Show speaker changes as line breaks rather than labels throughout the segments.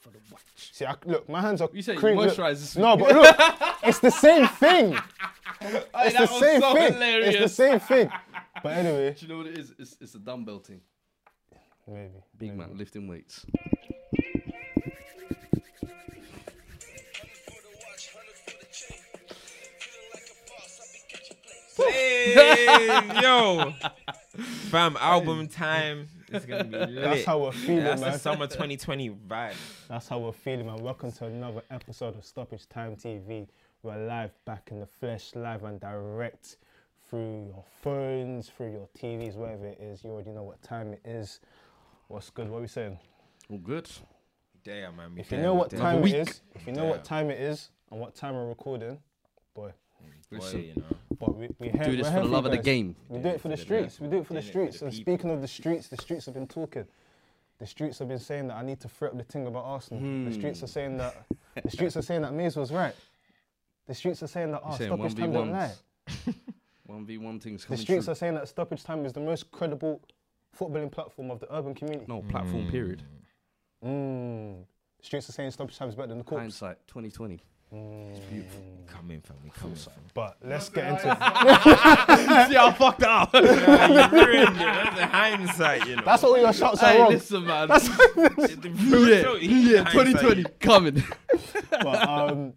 for the watch.
See, I, look, my hands are.
You said you
cream- look-
moisturise this
No, but look, it's the same thing. It's the
that was
same
so
thing.
hilarious.
It's the same thing. But anyway,
Do you know what it is? It's, it's a dumbbell thing.
maybe.
Big man lifting weights.
Hey, yo, fam, album time. It's gonna be lit.
That's how we're feeling,
That's the
man.
summer 2020 vibe.
That's how we're feeling, man. Welcome to another episode of Stoppage Time TV. We're live back in the flesh, live and direct through your phones, through your TVs, wherever it is. You already know what time it is. What's good? What are we saying?
All good.
Yeah, man. we
If you
there,
know
we
what
there.
time
week.
it is, if you know
Yeah.
what time it is and what time we're recording, boy.
Boy, you know.
But we, we here-
Do
we're
this for
here
the
you
love of the
guys.
game.
We do it for the streets. We do it for the streets. And speaking of the streets, the streets have been talking. The streets have been saying that I need to throw up the thing about Arsenal.
Hmm.
The streets are saying that the streets are saying that Mays was right. The streets are saying that oh,
saying
stoppage time don't
1v1s.
lie.
One v one things
The
coming
streets
true.
are saying that stoppage time is the most credible footballing platform of the urban community.
No platform period.
Mm. The streets are saying stoppage time is better than the courts. Hmm.
Hindsight 2020.
Come in, fam. We come in, fam.
But let's get into it.
See, I fucked up. hey,
Yeah, you ruined it. That's the hindsight, you know.
That's all your shots are wrong.
listen, man.
the
yeah, yeah, 2020 coming.
But um,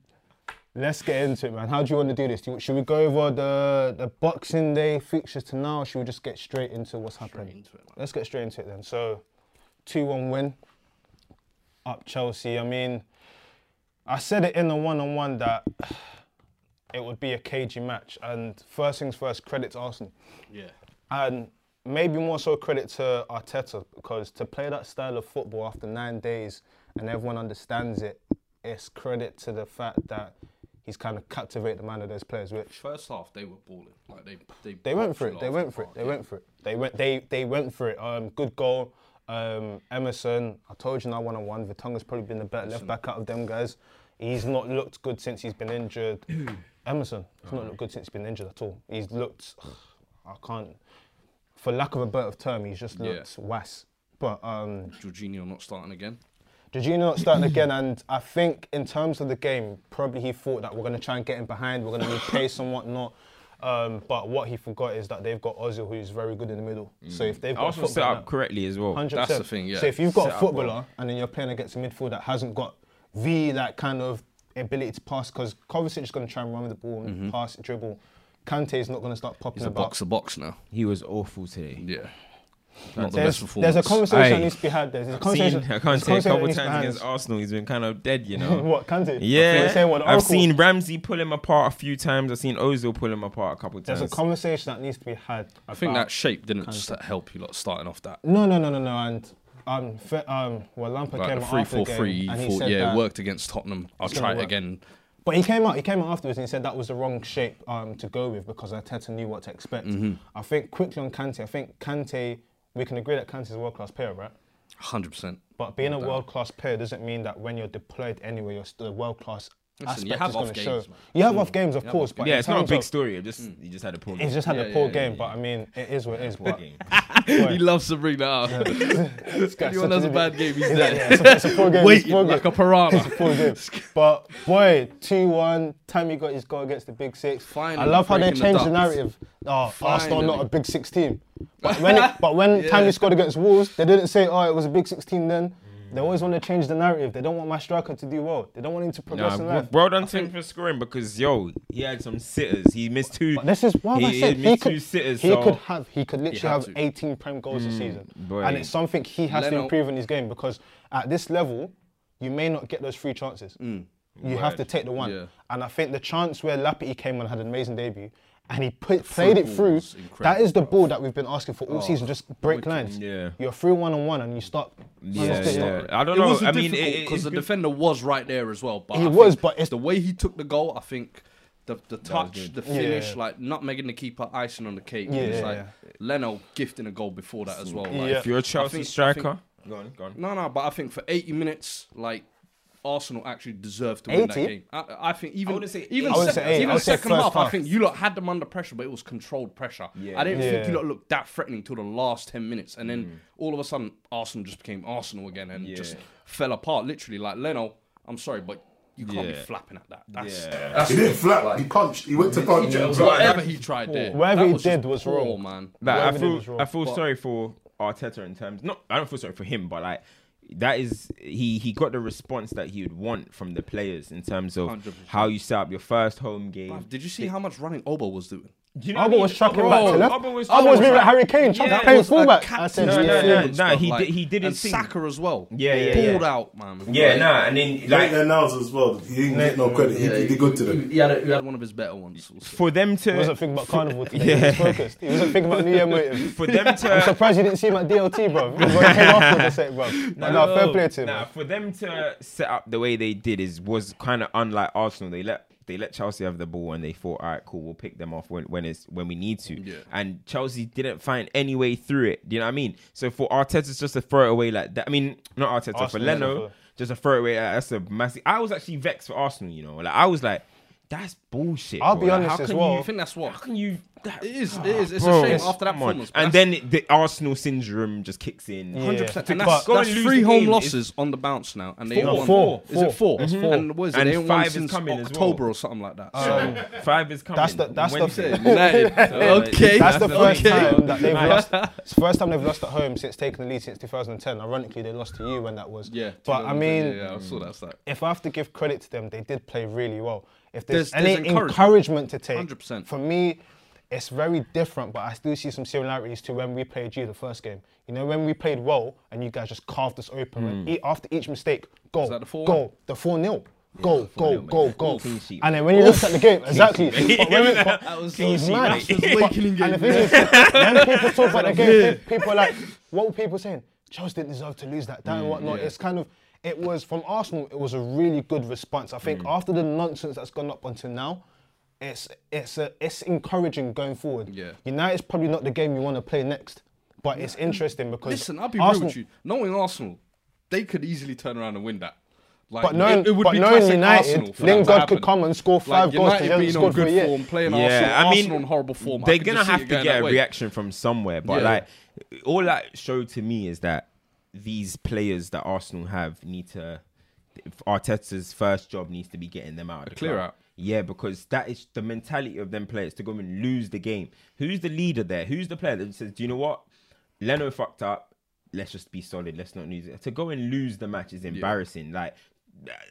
let's get into it, man. How do you want to do this? Do you, should we go over the, the Boxing Day fixtures to now, or should we just get straight into what's happening?
into it, man.
let's get straight into it then. So, 2 1 win up Chelsea. I mean, I said it in the one on one that it would be a cagey match. And first things first, credit to Arsenal.
Yeah.
And maybe more so credit to Arteta because to play that style of football after nine days and everyone understands it, it's credit to the fact that he's kind of captivated the mind of those players, which
First half they were balling. Like they they,
they went for it.
boxed
They
last
went for it.
half,
They
yeah.
went for it. They went. They they went for it. Um, good goal. Um, Emerson. I told you now one on one. Vertonghen's probably been the better left back out of them guys. He's not looked good since he's been injured. Emerson. He's not looked good since he's been injured at all. He's looked. I can't. For lack of a better term, he's just
Yeah.
looked was. But um,
Jorginho not starting again.
Jorginho not starting again, and I think in terms of the game, probably he thought that we're going to try and get him behind, we're going to need pace and whatnot. Um, but what he forgot is that they've got Ozil, who's very good in the middle. So if they've got
I
a
also Mm. set
footballer,
up correctly as well.
100%.
That's the thing, yeah.
So if you've got
Set
a
up
footballer and then you're playing against a midfield that hasn't got the that kind of ability to pass, because Kovacic is going to try and run with the ball and
Mm-hmm.
pass, dribble. Kante is not going to start popping
It's a
about.
box to box now.
He was awful today.
Yeah. Not the
There's,
best performance.
there's a conversation that
Aye.
needs to be had. There's a
Seen,
conversation. there's
I can't say a
conversation that
couple
needs to be
times
had.
against Arsenal, he's been kind of dead, you know.
What Kante?
Yeah,
You're saying what the
I've
Oracle-
seen Ramsey pull him apart a few times. I've seen Ozil pull him apart a couple
There's
times.
a conversation that needs to be had.
I think that shape didn't st- help you lot starting off that.
No, no, no, no, no. And um, fe- um, well, Lampard
Like
came
the
out
3
after
4
the game
3
and he
4.
said
Yeah,
that,
it worked against Tottenham. I'll
gonna
try it
work.
again.
But he came out. He came out afterwards and he said that was the wrong shape um, to go with because Arteta knew what to expect.
Mm-hmm.
I think quickly on Kante. I think Kante. We can agree that Kante's a world class player, right?
100%.
But being a world class player doesn't mean that when you're deployed anywhere, you're still world class.
Listen, you
Aspect
have
is going
off
to
games,
show.
man.
You have off games, of course, but
yeah,
in
it's not a
terms
big
of- Hmm.
story. It just he just had a poor.
He's just had
Yeah,
a
yeah,
poor
yeah,
game, but I mean, it is what it is. But
game.
He loves to bring that up.
this guy's
Anyone
such
has a
idiot.
bad game, he's
Yeah,
there.
it's a- it's a poor game. it's a
Waiting
poor game.
like a piranha.
Full game. But boy, two one. Tammy got his goal against the big six.
Finally,
I love how they
breaking the
changed the,
ducks.
narrative. Oh, Arsenal
Finally.
not a big six team. But when, it, but when Tammy scored against Wolves, they didn't say, "Oh, it was a big six team." Then
Mm.
they always want to change the narrative. They don't want my striker to do well. They don't want him to progress in
Nah,
life.
w- well done to him for scoring because yo, he had some sitters. He missed two.
But this is why
he,
I said
he
he
missed
could,
two sitters.
he
so
could have he could literally
had
have
to.
18 prem goals this season,
Hmm, boy.
and it's something he has to
Leno-
improve in his game because at this level, you may not get those free chances.
Hmm,
You have
Word.
to take the one,
Yeah.
and I think the chance where Lapiti came on and had an amazing debut. And he put, played it through.
ball's
That
incredible,
is the ball that we've been asking for all season. Just break lines.
Oh, Yeah.
You're through one on one, and you stop.
yeah,
Stop.
yeah. I don't
It
know.
wasn't
I mean, it,
difficult
it-
because
it's
the
good.
defender was right there as well. But
He
I
was,
think
but it's-
the way he took the goal. I think the the touch, the finish,
Yeah.
like not making the keeper icing on the cake.
Yeah,
it's
yeah,
like Leno gifting a goal before that as well. Like,
Yeah.
if you're a Chelsea
think- I
striker, go on, go on.
No, no, but I think for 80 minutes, like Arsenal actually deserved to win that
80?
game. I, I think even
wouldn't say
even
80. I
wouldn't
second,
say 80, I
even
would say
second
first
half, I
half.
think you lot had them under pressure, but it was controlled pressure.
Yeah.
I didn't think
Yeah.
you lot looked that threatening till the last ten minutes, and then all of a sudden Arsenal just became Arsenal again and just
Yeah.
fell apart. Literally, like Leno, I'm sorry, but you can't be
Yeah.
flapping at that. That's
Yeah.
He didn't flap. he punched. He went to punch.
Yeah,
and
it was
tried.
whatever he tried there.
Whatever
that
he
was just
did was
poor,
wrong.
man.
Like, I
Whatever they did was
feel
wrong.
I feel sorry for Arteta in terms. Not I don't feel sorry for him, but like that is he he got the response that he would want from the players in terms of
100%.
how you set up your first home game.
Did you see how much running Obo was doing?
Do you know what I
Alba
mean?
was chucking
Bro,
back to left.
Alba was
Alba was being
chucking
like
back.
Harry Kane, chucking
Yeah.
playing
was a
fullback. I
captain's
said,
No, no, no.
yeah.
performance,
no,
bro,
he did- he did
and
his thing.
Saka as well.
Yeah, yeah,
Balled
yeah.
out, man.
Yeah,
Like,
nah, and then
Like
like
their nails as well. He didn't get no credit. He, he did good to them.
He had a, he
He
had
had one of his better ones. also.
for them to
He wasn't thinking about carnival today. He was focused. He wasn't thinking about New Year motive.
for them
I'm
to
surprised you didn't see him at DLT, bro. When he came afterwards, I said, bro. No, no, fair play to him.
Nah, for them to set up the way they did is was kind of unlike Arsenal. They let they let Chelsea have the ball and they thought, all right, cool, we'll pick them off when, when it's when we need to.
Yeah.
And Chelsea didn't find any way through it. Do you know what I mean? So for Arteta's just to throw it away like that. I mean, not Arteta for
Arsenal,
Leno,
yeah.
just to throw it away. Like, that's a massive. I was actually vexed for Arsenal. You know, like I was like, that's bullshit.
I'll
bro.
be
Like,
honest
how
as
can
well.
I think that's what.
How can you? That,
It is. It is. It's
Bro,
a shame
it's-
after that
come on.
performance. but
And
that's-
then the Arsenal syndrome just kicks in.
100%. And
Yeah.
that's,
But-
Go
that's
and lose
three
the
home
game.
losses on the bounce now, and they ain't
Four.
won.
Four.
Is it four?
It's four.
And what is it?
And
they ain't won
five is
since
coming as well.
October or something like that.
Five is coming.
That's the- that's the-
Wednesday.
okay.
That's the first
Okay.
time that they've lost. It's the first time they've lost at home since taking the lead since 2010. Ironically, they lost to you when that was.
yeah,
But I mean,
yeah, yeah, I saw that stat.
if I have to give credit to them, they did play really well. If there's,
There's-
any
there's encouragement.
encouragement. to take,
100%.
for me, it's very different, but I still see some similarities to when we played you the first game. You know, when we played well and you guys just carved us open. and e- after each mistake, goal,
Mm. that the 4-1?
goal, the 4 0. Go, go, go, go.
Clean sheet.
And then when you looked at the game, exactly. But when it- but- it
That was
was
clean sheet,
mad.
mate. That was
But-
awakening
And the
game.
thing is, when people talk about the game, pe- people are like, what were people saying? Chelsea didn't deserve to lose that, that and whatnot. It's kind of, it was from Arsenal. It was a really good response. I
Mm.
think after the nonsense that's gone up until now, it's it's a, it's encouraging going forward.
Yeah.
United's probably not the game you want to play next, but it's interesting because
Listen, I'll be real
Arsenal-
with you. Knowing Arsenal, they could easily turn around and win that. Like,
But knowing,
it, it would
but
be
knowing
classic Arsenal
United,
for that to
Lingard
happen.
could come and score five goals.
like, United
because he
being
hasn't
on
scored for a
good
year.
form, playing
Yeah,
Arsenal,
I mean,
Arsenal in horrible form. I
They're
could
gonna
just see
have
it
to
going
get
that
a
way.
reaction from somewhere. But
Yeah.
like, all that showed to me is that these players that Arsenal have need to. if Arteta's first job needs to be getting them out of the
clear
club.
out.
Yeah, because that is the mentality of them players to go and lose the game. Who's the leader there? Who's the player that says, "Do you know what? Leno fucked up. Let's just be solid. Let's not lose it." To go and lose the match is embarrassing. Like,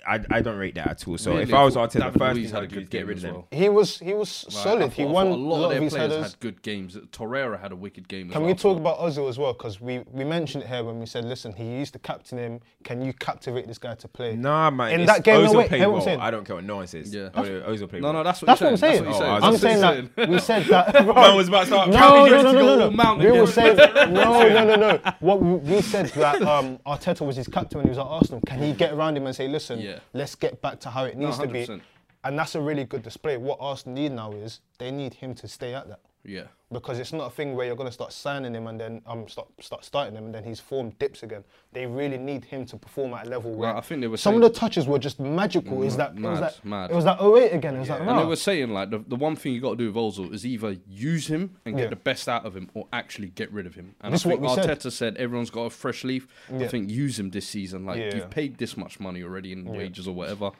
I, I don't rate that at all. So if
Really,
I was
thought
Arteta,
David
the first
Luiz
thing I'd do is get
game
rid of
as
them.
well.
He was he was
Like, I
solid.
thought-
he
I
won
thought a lot, of, their
his
players
headers.
had good games. Torreira had a wicked game. As
Can
well.
we talk about Ozil as well? Because we, we mentioned it here when we said, listen, he used to captain him. Can you captivate this guy to play?
Nah, man.
In
it's-
that game, no
Ozil
way.
played
Hear what I'm
well.
saying?
I don't care what no one says.
Yeah.
Ozil, Ozil Oh, played
No, no,
well.
that's what
That's
you're
what I'm
saying.
saying.
That's what
Oh, I
you're
was
I'm
just
saying
That's what
that we said that.
Man was about to start
No,
counting
no,
us
no,
to go
no, no.
mountain
We were
again.
saying no, no, no, no. What we, we said that um, Arteta was his captain when he was at Arsenal. Can he get around him and say, listen,
Yeah.
let's get back to how it needs to be?
100%.
And that's a really good display. What Arsenal need now is they need him to stay at that
you're saying. Yeah.
because it's not a thing where you're going to start signing him and then um start start starting him and then his form dips again. They really need him to perform at a level where
I think they were
some
saying-
of the touches were just magical. is that it was
mad,
that
mad.
it was that 08 again? It was like oh.
And they
rah.
were saying like the, the one thing you got to do with Ozil is either use him and get
Yeah.
the best out of him, or actually get rid of him. And
This is
I think
what we said.
Arteta said. everyone's got a fresh leaf. I
Yeah.
think use him this season. Like
Yeah.
you've paid this much money already in wages or whatever.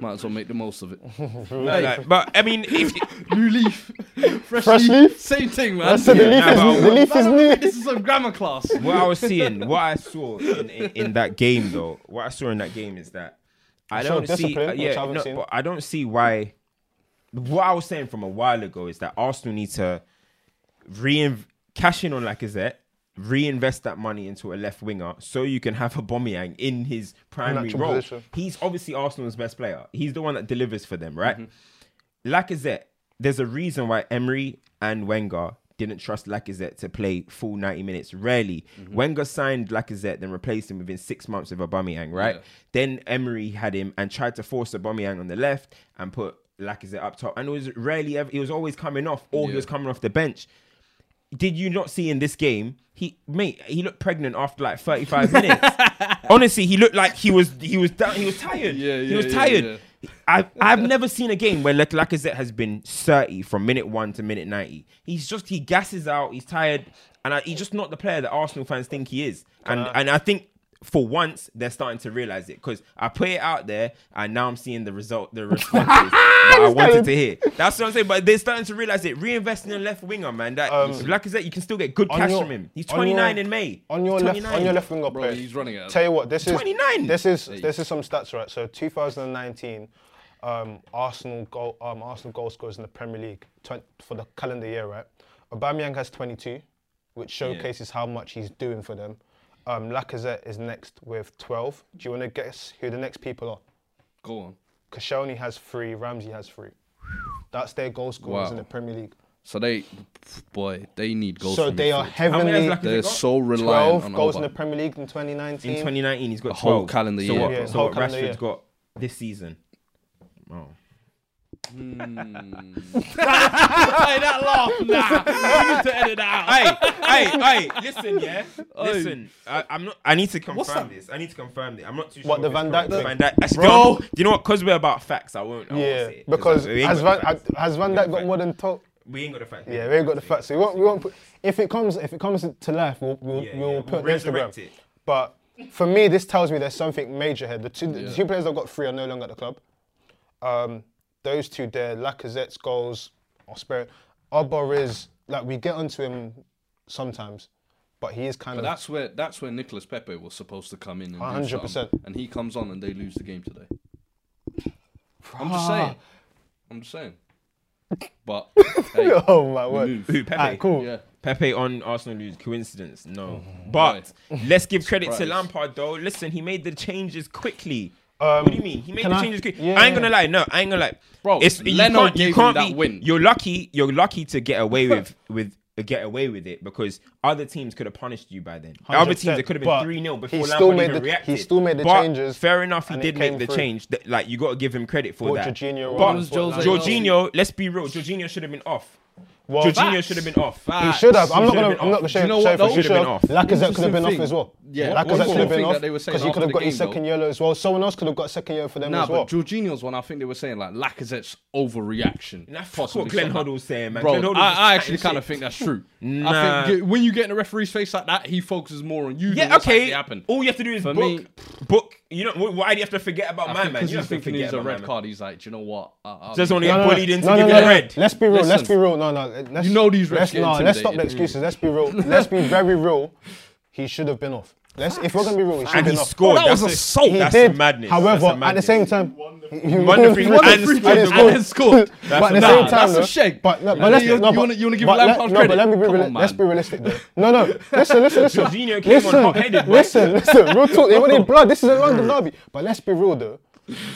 Might as well make the most of it.
No, like, but I mean, if,
New leaf, fresh,
Fresh
leaf.
leaf?
Same thing, man.
I said the
Yeah,
leaf
nah, but
is the leaf is new.
This is some grammar class.
what I was seeing, what I saw in, in, in that game though, what I saw in that game is that I
It
don't
showed
see.
discipline,
uh,
which
yeah,
I haven't
no,
seen.
but I don't see why. What I was saying from a while ago is that Arsenal need to reinv- cash in on Lacazette, reinvest that money into a left winger, so you can have a Aubameyang in his primary
Natural
role.
position.
He's obviously Arsenal's best player. He's the one that delivers for them,
Mm-hmm.
right? Lacazette, there's a reason why Emery and Wenger didn't trust Lacazette to play full 90 minutes. Rarely.
Mm-hmm.
Wenger signed Lacazette, then replaced him within six months of Aubameyang, right?
Yeah.
Then Emery had him and tried to force Aubameyang on the left and put Lacazette up top. And it was rarely ever, he was always coming off or he
Yeah.
was coming off the bench. did you not see in this game? He mate, he looked pregnant after like 35 minutes. Honestly, he looked like he was he was down, he was tired.
Yeah,
he
yeah,
was
yeah,
tired.
yeah.
I've I've never seen a game where Lak- Lacazette has been 30 from minute one to minute 90. He's just he gasses out, he's tired, and I, he's just not the player that Arsenal fans think he is. And
Uh-huh.
and I think for once they're starting to realize it because I put it out there and now I'm seeing the result, the responses that I wanted to hear. That's what I'm saying. But they're starting to realize it. Reinvesting in a left winger, man. That Lacazette, you can still get good
Um, On
cash
your-
from him. He's
on your-
29 in May.
On your
He's
left,
29.
on your left winger
Bro,
player.
he's running it.
Tell you what, this is
29.
This is this is some stats, right? So 2019, um, Arsenal goal, um, Arsenal goal scorers in the Premier League twen- for the calendar year, right? Aubameyang has 22, which showcases how much he's doing for them. Um, Lacazette is next with 12. Do you want to guess who the next people are?
Go on.
Koscielny has three. Ramsey has three. That's their goal scorers
Wow.
in the Premier League.
So they, boy, they need goals.
so
from
they are
midfield.
How many has
heavily.
Lacazette
They're
got?
so reliant
12
on
goals in the
Oba.
Premier League in 2019.
In 2019, he's got
whole
12.
calendar
so
year.
What,
Yeah,
so
whole
what
calendar
Rashford's
year.
got this season? Oh.
Hey, that laugh, nah. you need to edit that out.
hey, hey, hey! Listen, yeah, listen. I, I'm not. I need to
that?
confirm this. I need to confirm this. I'm not too sure.
What, the
if
Van
it's
Dijk
correct.
thing?
Van Dijk. Actually,
Bro.
no, do you know what? Because we're about facts, I won't. I won't
Yeah,
say it, 'cause
because
I- we ain't
has
got
Van,
the facts.
has Van Dijk got more than 12?
We ain't got the facts.
Yeah, we ain't got the facts. So we won't, we won't put, if it comes if it comes to life, we'll we'll,
Yeah,
we'll
yeah,
put it
we'll
on
resurrect
Instagram.
it.
But for me, this tells me there's something major here. The two the two players that got three are no longer at the club. Um, those two there, Lacazette's goals, or spirit. Arbor is like we get onto him sometimes, but he is kind
But
of
that's where that's where Nicolas Pepe was supposed to come in and do
100%.
something, and he comes on and they lose the game today. I'm just saying. I'm just saying. But hey,
oh my word.
move.
Who Pepe?
Alright, cool.
yeah,
Pepe on Arsenal lose. Coincidence?
Oh,
No. But let's give credit to
Surprise.
Lampard though. Listen, he made the changes quickly.
Um,
what do you mean? He made the
can I-
changes quickly.
Yeah.
I ain't gonna lie. No, I ain't gonna lie.
Bro, Leno gave him that win.
You're lucky. You're lucky to get away with with get away with it because other teams could have punished you by then. Other
100%,
teams it could have been
but
three 0
he
before
still
Lampard
made
even
the- he
reacted.
still made the
But
changes,
Fair enough. He
and it
did make
came
the
through.
change. That, like you got to give him credit for
Brought
that.
Jorginho
but
on
was
for
Jose
Lampard.
Jorginho, let's be real. Jorginho should have been off.
Well,
Jorginho
facts.
should have been off.
He should have. I'm
He
not
should have
gonna.
been
I'm not gonna
off. Do
say
you know what,
say
though?
for
Should have been
sure.
off.
Lacazette could have
Interesting
been off
thing-
as well.
yeah, one
Lacazette could
more
have been
thing
off
that they were saying
because he
after
could have
the
got his
game, though.
second yellow as well. Someone else could have got a second yellow for them
nah.
as well.
But Jorginho's one, I think they were saying like Lacazette's overreaction.
That's
possibly
what Glenn
shot that.
Hoddle's saying, man. Glenn
Bro,
Hoddle just
I, I actually
chatting
kind of
shit.
think that's true.
Nah.
I think y- when you get in a referee's face like that, he focuses more on you. than
Yeah,
what's
okay. Oh,
actually Happened.
All you have to do is
For
book.
me-
book. You know wh- why do you have to forget about my man?
Because
You
he's
have to
thinking
forget
he's a
about
red
my man.
card. He's like, "Do you know what? I- I'll
Just
be
only
fair."
get bullied into giving red.
Let's be real. Let's
Listen.
be real. No, no. Let's,
You know these refs
Let's,
get
no, let's stop the
intimidated.
excuses. Let's be real. let's be very real. He should have been off. Let's, if we're gonna be real, he should have
And
been
he
off.
scored.
Bro, that
That's
was
a-
assault.
He
That's a
did.
madness.
However,
That's a
at the
madness.
same time, he he
won the free
he
kick.
won
And
the free
scored.
kick.
And
And
then
scored.
But at the
Nah,
same time,
that's a
though-
shake.
But no, but let's
You wanna-
no,
you
but-
wanna- you wanna give
but let-
Lampard
no, but let
credit?
me be
Come
reali-
on,
Let's
man.
be realistic. Though. No, no. Listen, listen, listen.
Jorginho came on
listen,
hot-headed, man.
listen, listen. Real talk. They wanted blood. This is a London derby. But let's be real though.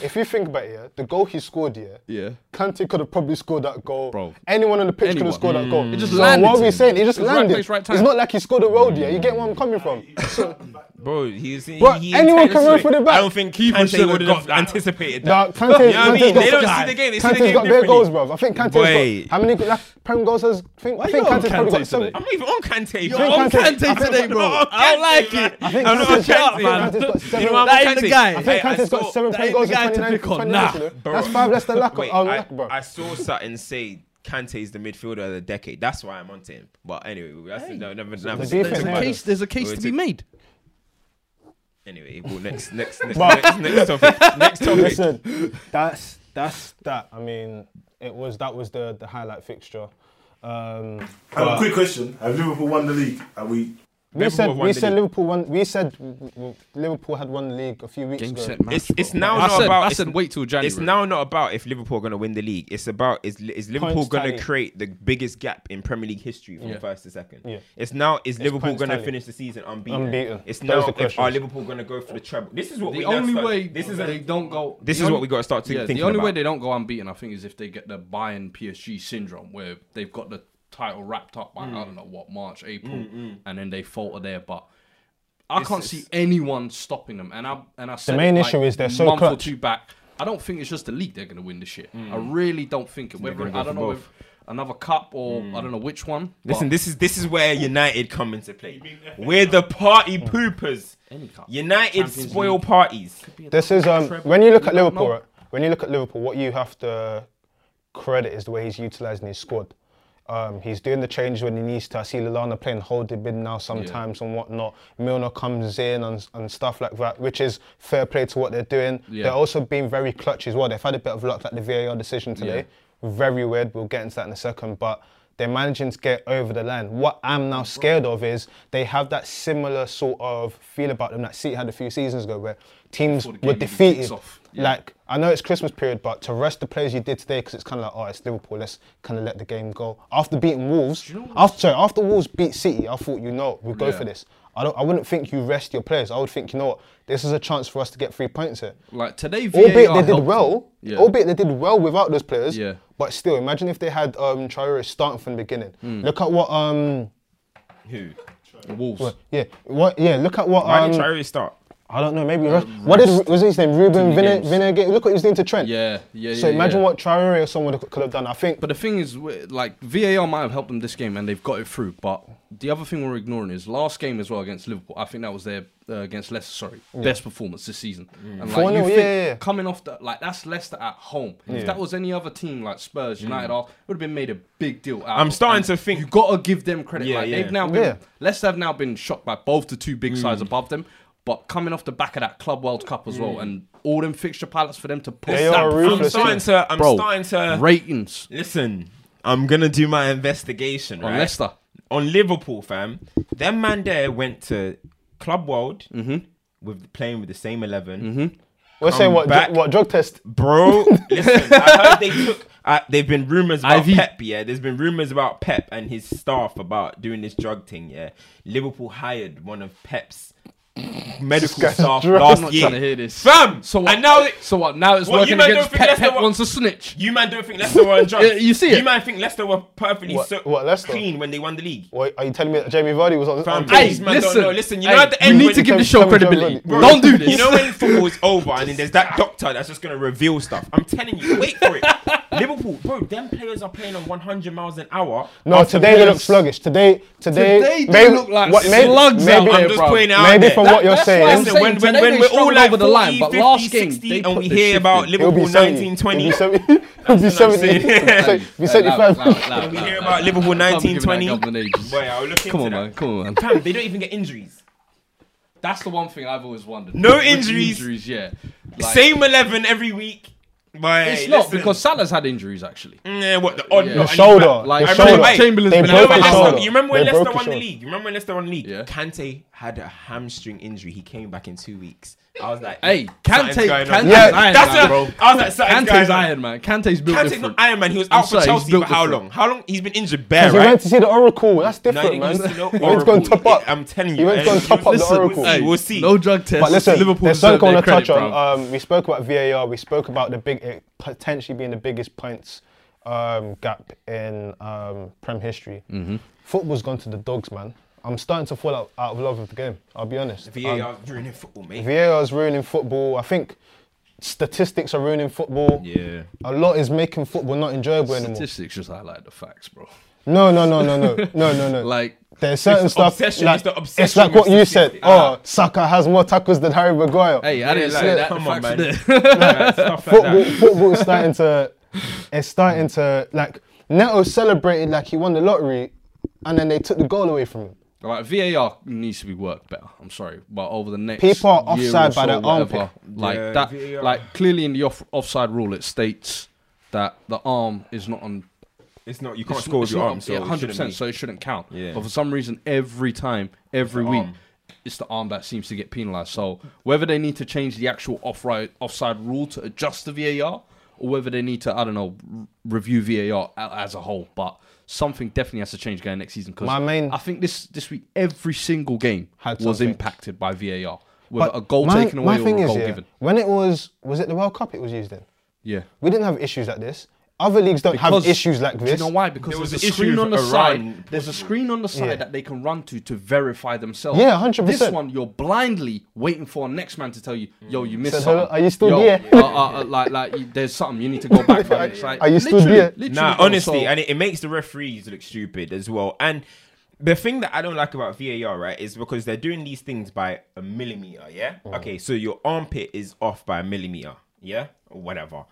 If you think about it, yeah, the goal he scored here,
Yeah.
Kante could have probably scored that goal.
Bro.
Anyone on the pitch could
Anyone. Mm.
have scored that goal.
It just
so
landed
What
to
are we
him.
saying? It just
It was right
landed.
place, right time.
It's not like he scored a road yeah. You get where I'm coming from.
Bro, he's. he-
Bro,
he
anyone
anticipated
can run for the
it.
back.
I don't think
Keeper should
Kante
have
would
got
have
that.
anticipated that.
No, Kante,
You know what I
Kante's
mean? They
got-
don't see the game. They see the
Kante's
game
got bare
differently.
goals, bro. I think Kante's
Boy.
got how many like, prem goals has? Think, I think
you on
Kante's probably
Kante
got seven.
today?
I'm not even on Kante. You're
on Kante today,
bro. I don't like it.
I
think
am not on
Kante's got-
Kante,
I
man.
think Kante's got seven-
You know what,
That
I'm on
ain't the
Kante.
guy.
I think
Hey,
Kante's
saw-
got seven
that
prem
ain't the
goals in
guy to
29
pick on.
29
Nah,
minutes, you know.
bro.
That's five less than Lack.
Wait,
um,
I,
Lack, bro.
I saw something say Kante is the midfielder of the decade. That's why I'm on to him. But anyway, that's no, never, never.
defense
never
There's a
matters.
case. There's a case to be made.
Anyway, well, next, next, next, next, next topic. Next topic.
Listen, that's that's that. I mean, it was that was the the highlight fixture. Um,
I have a quick question. Have Liverpool won the league? Are we.
we
Liverpool
said
won
we
the
said
league.
Liverpool won. We said w- w- Liverpool had won the league a few weeks
Game
ago.
set match.
It's, it's
bro.
now
I
not
said-
about.
I
it's-
said wait till January.
It's now not about if Liverpool are going to win the league. It's about is Li- is Liverpool
Points
going to
tally.
create the biggest gap in Premier League history from
Yeah.
first to second?
Yeah.
It's now is Liverpool
points
going to
tally.
finish the season unbeaten?
Unbeaten.
It's
Those
now
are
if are
questions.
Liverpool going to go for the treble? This is what we
The
now
only
start-
way
This is
they don't go.
This
the
is
only-
what we gotta start to-
yeah,
thinking
The only way
about.
they don't go unbeaten, I think, is if they get the Bayern PSG syndrome, where they've got the title wrapped up
Mm.
by I don't know what March, April, and then they falter there. But I can't see anyone stopping them. And I and I said
main
it, like,
issue is they're so
month or
clutch.
Mm.
two back. I don't think it's just the league they're going to win this year. I really don't think it. Whether, I don't know. If, another cup or
Mm.
I don't know which one.
Listen,
but
this is this is where United come into play. We're the party
Hmm.
poopers.
any cup.
United
Champions
spoil
League.
parties.
This is um,
Treble.
when you look at
No,
Liverpool.
no.
right, When you look at Liverpool, what you have to credit is the way he's utilising his squad. Um, he's doing the changes when he needs to. I see Lallana playing holding mid now sometimes and whatnot. Milner comes in and, and stuff like that, which is fair play to what they're doing.
Yeah.
They're also being very clutch as well. They've had a bit of luck like the VAR decision today. Very weird. We'll get into that in a second, but they're managing to get over the line. What I'm now scared of is they have that similar sort of feel about them that City had a few seasons ago, where teams
Before the
were
game even kicks
defeated.
off. Yeah.
Like I know it's Christmas period, but to rest the players you did today because it's kind of like, oh, it's Liverpool. Let's kind of let the game go. After beating Wolves,
you know what-
after sorry, after Wolves beat City, I thought you know we'll go
Yeah.
for this. I don't. I wouldn't think you rest your players. I would think you know what this is a chance for us to get three points here.
Like today, VAR
Albeit they did
helped
well.
them. Yeah.
Albeit they did well without those players.
Yeah.
But still, imagine if they had um, Traore starting from the beginning.
Hmm.
Look at what um
Who?
The Wolves.
yeah what yeah look at what
Why
um,
did Traore start?
I don't know maybe
Um,
what did was his name Ruben Vinny,
games.
look what he was doing to Trent
Yeah, yeah,
so
yeah,
imagine
yeah.
what Traore or someone could have done I think
But the thing is, w- like VAR might have helped them this game, and they've got it through. But the other thing we're ignoring is last game as well against Liverpool. I think that was their uh, against Leicester. Sorry,
Mm.
best performance this season. And like
4-0,
you
yeah,
think
yeah, yeah.
coming off the like that's Leicester at home. If that was any other team like Spurs, United, Arsenal, it would have been made a big deal. Out
Mm. I'm
of.
starting
And
to think-
you got to give them credit.
Yeah,
like
yeah. Mm.
they've now been
Yeah.
Leicester have now been shocked by both the two big sides above them. But coming off the back of that Club World Cup as well, and all them fixture pilots for them to push
They are
that
I'm
ruthless,
starting to. I'm
Bro,
starting to.
ratings
Listen, I'm gonna do my investigation.
on
right?
Leicester.
on Liverpool, fam. Them man there went to Club World
Mm-hmm.
with playing with the same 11
we're saying what
back.
dr- what drug test
Bro, listen, I heard they took. Uh, there've been rumors about
IV.
Pep, yeah. There's been rumors about Pep and his staff about doing this drug thing, yeah. Liverpool hired one of Pep's medical
guy's
staff
drunk.
I'm
last
not
year.
trying to hear this.
Fam,
So what?
and now it-
so what? Now it's
What, you
working
man don't
against
think
Pep.
Leicester
Pep
were-
wants to snitch.
you man don't think Leicester were on drugs.
Yeah, you see it.
You man think Leicester were perfectly
What-
so
what, Leicester?
clean when they won the league.
what, are you telling me that Jamie Vardy was on,
Fam,
on
Hey,
Hey,
These
drugs?
man don't
listen.
know. Listen, you know at the end
you
when-
need to give the show
Tell me, tell me,
credibility.
tell me.
Don't do this.
You know when football is over and then there's that doctor that's just gonna reveal stuff. I'm telling you, wait for it. Liverpool, bro, them players are playing on 100 miles an hour.
no
after
today they
players-
look sluggish today today,
Today they look like
may-
slugs out
I'm
there,
just
bro.
putting it out
Maybe
there.
from what you're
that's
saying.
why I'm
Listen, when, when,
today
when
they
we're all
struggled
like
over the
40,
line, but
50,
last game,
60,
they
and
put
we
the
hear
shift
about
in.
Liverpool 1920,
It'll be 70. It'll be 70.
saying.
It'll be
Loud,
75.
loud, loud,
we
loud,
hear
loud.
about Liverpool
Can't be giving that
1920.
government ages.
Boy, I'll look into
Come on,
that.
man. Come on, man.
Fam, they don't even get injuries.
That's the one thing I've always wondered.
No
With
injuries.
Injuries, yeah. Like,
Same 11 every week. Boy,
It's not
listen. Mm.
because Salah's had injuries actually.
Yeah, what the odd
Yeah.
lot.
The shoulder.
Like,
the
I
shoulder.
remember Wait,
Chamberlain's
they
been
broke
out
his
for
Remember when
shoulder.
Leicester, you remember when
They
Leicester
broke his
won the
shoulder.
league? You remember when Leicester won the league?
Yeah.
Kante had a hamstring injury. He came back in two weeks. I was like,
Hey,
something's
Kante-
going on.
Kante's
Yeah.
Iron
that's
Man,
a,
bro.
I was like, something's
Kante's
going on.
Iron Man. Kante's built
Kante's
different.
not Iron Man. He was
I'm
out for
sorry, he's
Chelsea for
built
how
different.
long? How long? He's been injured bare,
He went
right?
to see the Oracle. That's
No,
different,
he
man.
didn't
He
go to no
went to go and
Oracle. um,
top up.
I'm telling
He
you,
went to go and
man.
top up the
Listen,
Oracle.
hey,
we'll
we'll
see.
see.
No drug test.
But listen,
Liverpool
there's something
deserve
I
their
want to
credit,
touch on.
bro.
Um, we spoke about VAR. We spoke about the big it potentially being the biggest points um, gap in um, Prem history. Football's gone to the dogs, man. I'm starting to fall out, out of love with the game. I'll be honest. Um,
VAR ruining football, mate.
VAR's ruining football. I think statistics are ruining football.
Yeah.
A lot is making football not enjoyable anymore.
Statistics just highlight the facts, bro.
No, no, no, no, no, no, no, no.
Like
There's certain
It's the
stuff.
obsession,
like,
it's the obsession
it's like
with
what you said.
statistics.
Oh, Saka has more tackles than Harry Maguire.
Hey, I didn't
like,
say that.
come
the
on,
facts
man.
are there.
Like, stuff like
football,
that.
football is starting to, it's starting to like Neto celebrated like he won the lottery, and then they took the goal away from him.
Like VAR needs to be worked better. I'm sorry, but over the next
People are
year
offside
or
by
so,
their
whatever,
armpit.
Like
Yeah,
that,
VAR.
like clearly in the off- offside rule, it states that the arm is not on.
It's not. You can't
it's-
score with
it's
your
not-
arm. So
yeah,
it shouldn't
100%.
be.
So it shouldn't count.
Yeah.
But for some reason, every time, every week, it's the arm that seems to get penalised. So whether they need to change the actual off right offside rule to adjust the VAR, or whether they need to, I don't know, r- review VAR a- as a whole, but. Something definitely has to change going next season because
My main-
I think this this week every single game
Had
was
something.
impacted by VAR. Whether a goal taken away or a goal
yeah,
given.
when it was was it the World Cup it was used in?
Yeah.
We didn't have issues like this. Other leagues don't
Because-
have issues like
Do you
this.
know why? Because
was
there's
the
a
issue
screen
with
on the
Iran,
side. There's a screen on the side
Yeah.
that they can run to to verify themselves.
Yeah, 100%.
This one, you're blindly waiting for a next man to tell you, "Yo, you missed
Said,
something.
"Hello, are you still
Yo,
there?"
uh, uh, uh, like, like, you- there's something you need to go back for. It's like,
Are you still
literally-
there?
literally,
Nah,
bro,
honestly,
so-
and it, it makes the referees look stupid as well. And the thing that I don't like about VAR, right, is because they're doing these things by a millimeter, yeah?
Mm.
Okay, so your armpit is off by a millimeter, yeah? Or whatever.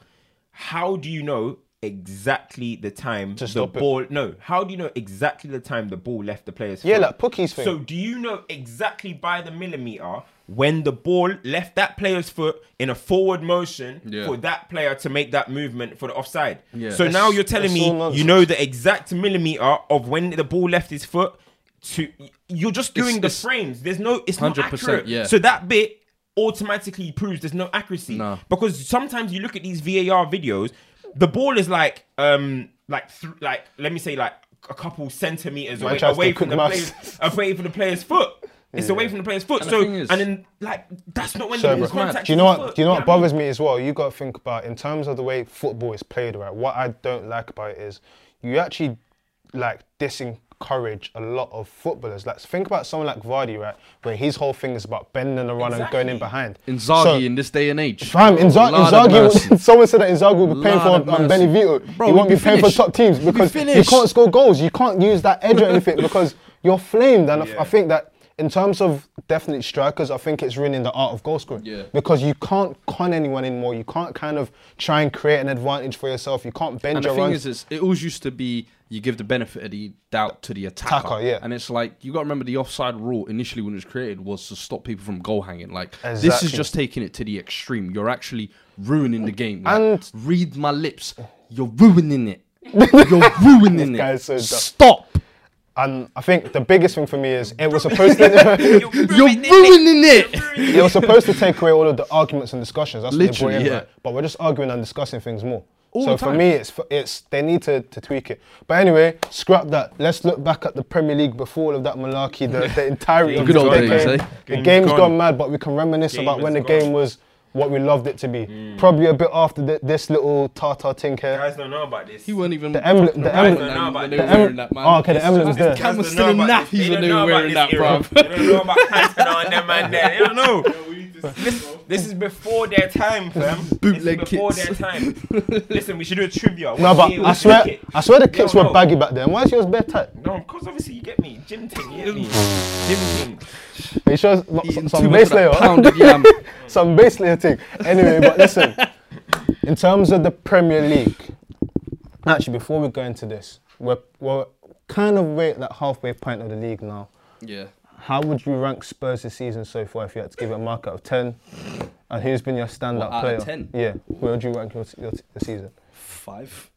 How do you know exactly the time the
stop it.
ball no, how do you know exactly the time the ball left the player's
yeah,
foot?
like Pookie's thing.
So do you know exactly by the millimeter when the ball left that player's foot in a forward motion
Yeah.
for that player to make that movement for the offside?
Yeah.
So now you're telling
that's
me
all nonsense.
you know the exact millimeter of when the ball left his foot to you're just doing
It's-
the
it's-
frames. There's no it's not
100%,
accurate.
yeah.
So that bit automatically proves there's no accuracy
No.
because sometimes you look at these VAR videos, the ball is like um like th- like let me say like a couple centimeters away,
Manchester
away from
cook
the
mouse.
players away from the player's foot. It's away from the player's foot.
And the
so
thing is-
and then like that's not when
So,
the
bro,
ball contact.
do you know what? Do you know what bothers me as well? You got to think about in terms of the way football is played. Right, what I don't like about it is you actually like disencourage a lot of footballers. Like think about someone like Vardy, right? Where his whole thing is about bending the run and going
Exactly.
in behind.
Inzaghi
So-
in this day and age.
Fam, Inza-
Lord have mercy.
Inzaghi, someone said that Inzaghi will be paying
Lord
for
have
um,
mercy.
Benevito.
Bro,
he won't
we'd
be
be
paying for
finished.
top teams
We'd be
because you
finished.
can't score goals. You can't use that edge or anything because you're flamed. And I- I think that in terms of definite strikers, I think it's ruining the art of goal scoring
Yeah.
because you can't con anyone anymore. You can't kind of try and create an advantage for yourself. You can't bend
And
your
the thing
runs.
is, is, it always used to be you give the benefit of the doubt to the attacker.
Attacker, yeah.
And it's like, you got to remember the offside rule initially when it was created was to stop people from goal hanging. Like, this is
Exactly.
just taking it to the extreme. You're actually ruining the game. Like,
And-
read my lips. You're ruining it. You're ruining
This guy
it.
is so dumb.
stop.
and I think the biggest thing for me is it was supposed to.
You're ruining it.
They were supposed to take away all of the arguments and discussions. That's what they
Literally,
brought in,
yeah.
right? But we're just arguing and discussing things more.
All
so
the
for
time.
me, it's it's they need to, to tweak it. But anyway, scrap that. Let's look back at the Premier League before all of that malarkey. The, the entirety of
Good
the
old
decade.
days, eh?
The
Game's
game's gone.
gone.
mad, but we can reminisce
Game
about when the
is
game
gone. Mm.
was what we loved it to be. Probably a bit after thi- this little tartar tinker.
Guys don't know about this.
He weren't even.
The emblem- the
around
emblem-
when
No,
they-
but
when
the
they were
em-
wearing that, man.
Oh, okay, the emblem was there.
Cam was
Guys
still
don't
in
know about this.
nappies when they were wearing that,
about this era.
bro.
They don't know about Cantona and them and them. They don't know. This, this is before their time, fam.
Bootleg
this is before
kits.
their time. Listen, we should do a trivia.
No,
What
but
year
I
was
swear,
the kit?
I swear the kicks
No,
were
no.
baggy back then. Why is yours bare tight?
No, of course, obviously, you get me. Jim Ting, you get me. Jim Ting.
Are you sure it's not-
Eating too
some
much of
base
that
layer?
pounded yam.
some base layer thing. Anyway, but listen, in terms of the Premier League, actually, before we go into this, we're, we're kind of way at that halfway point of the league now.
Yeah.
How would you rank Spurs' this season so far if you had to give it a mark out of 10? And who's been your standout
What, out
player?
of 10?
Yeah, where would you rank your, your, your season?
Five.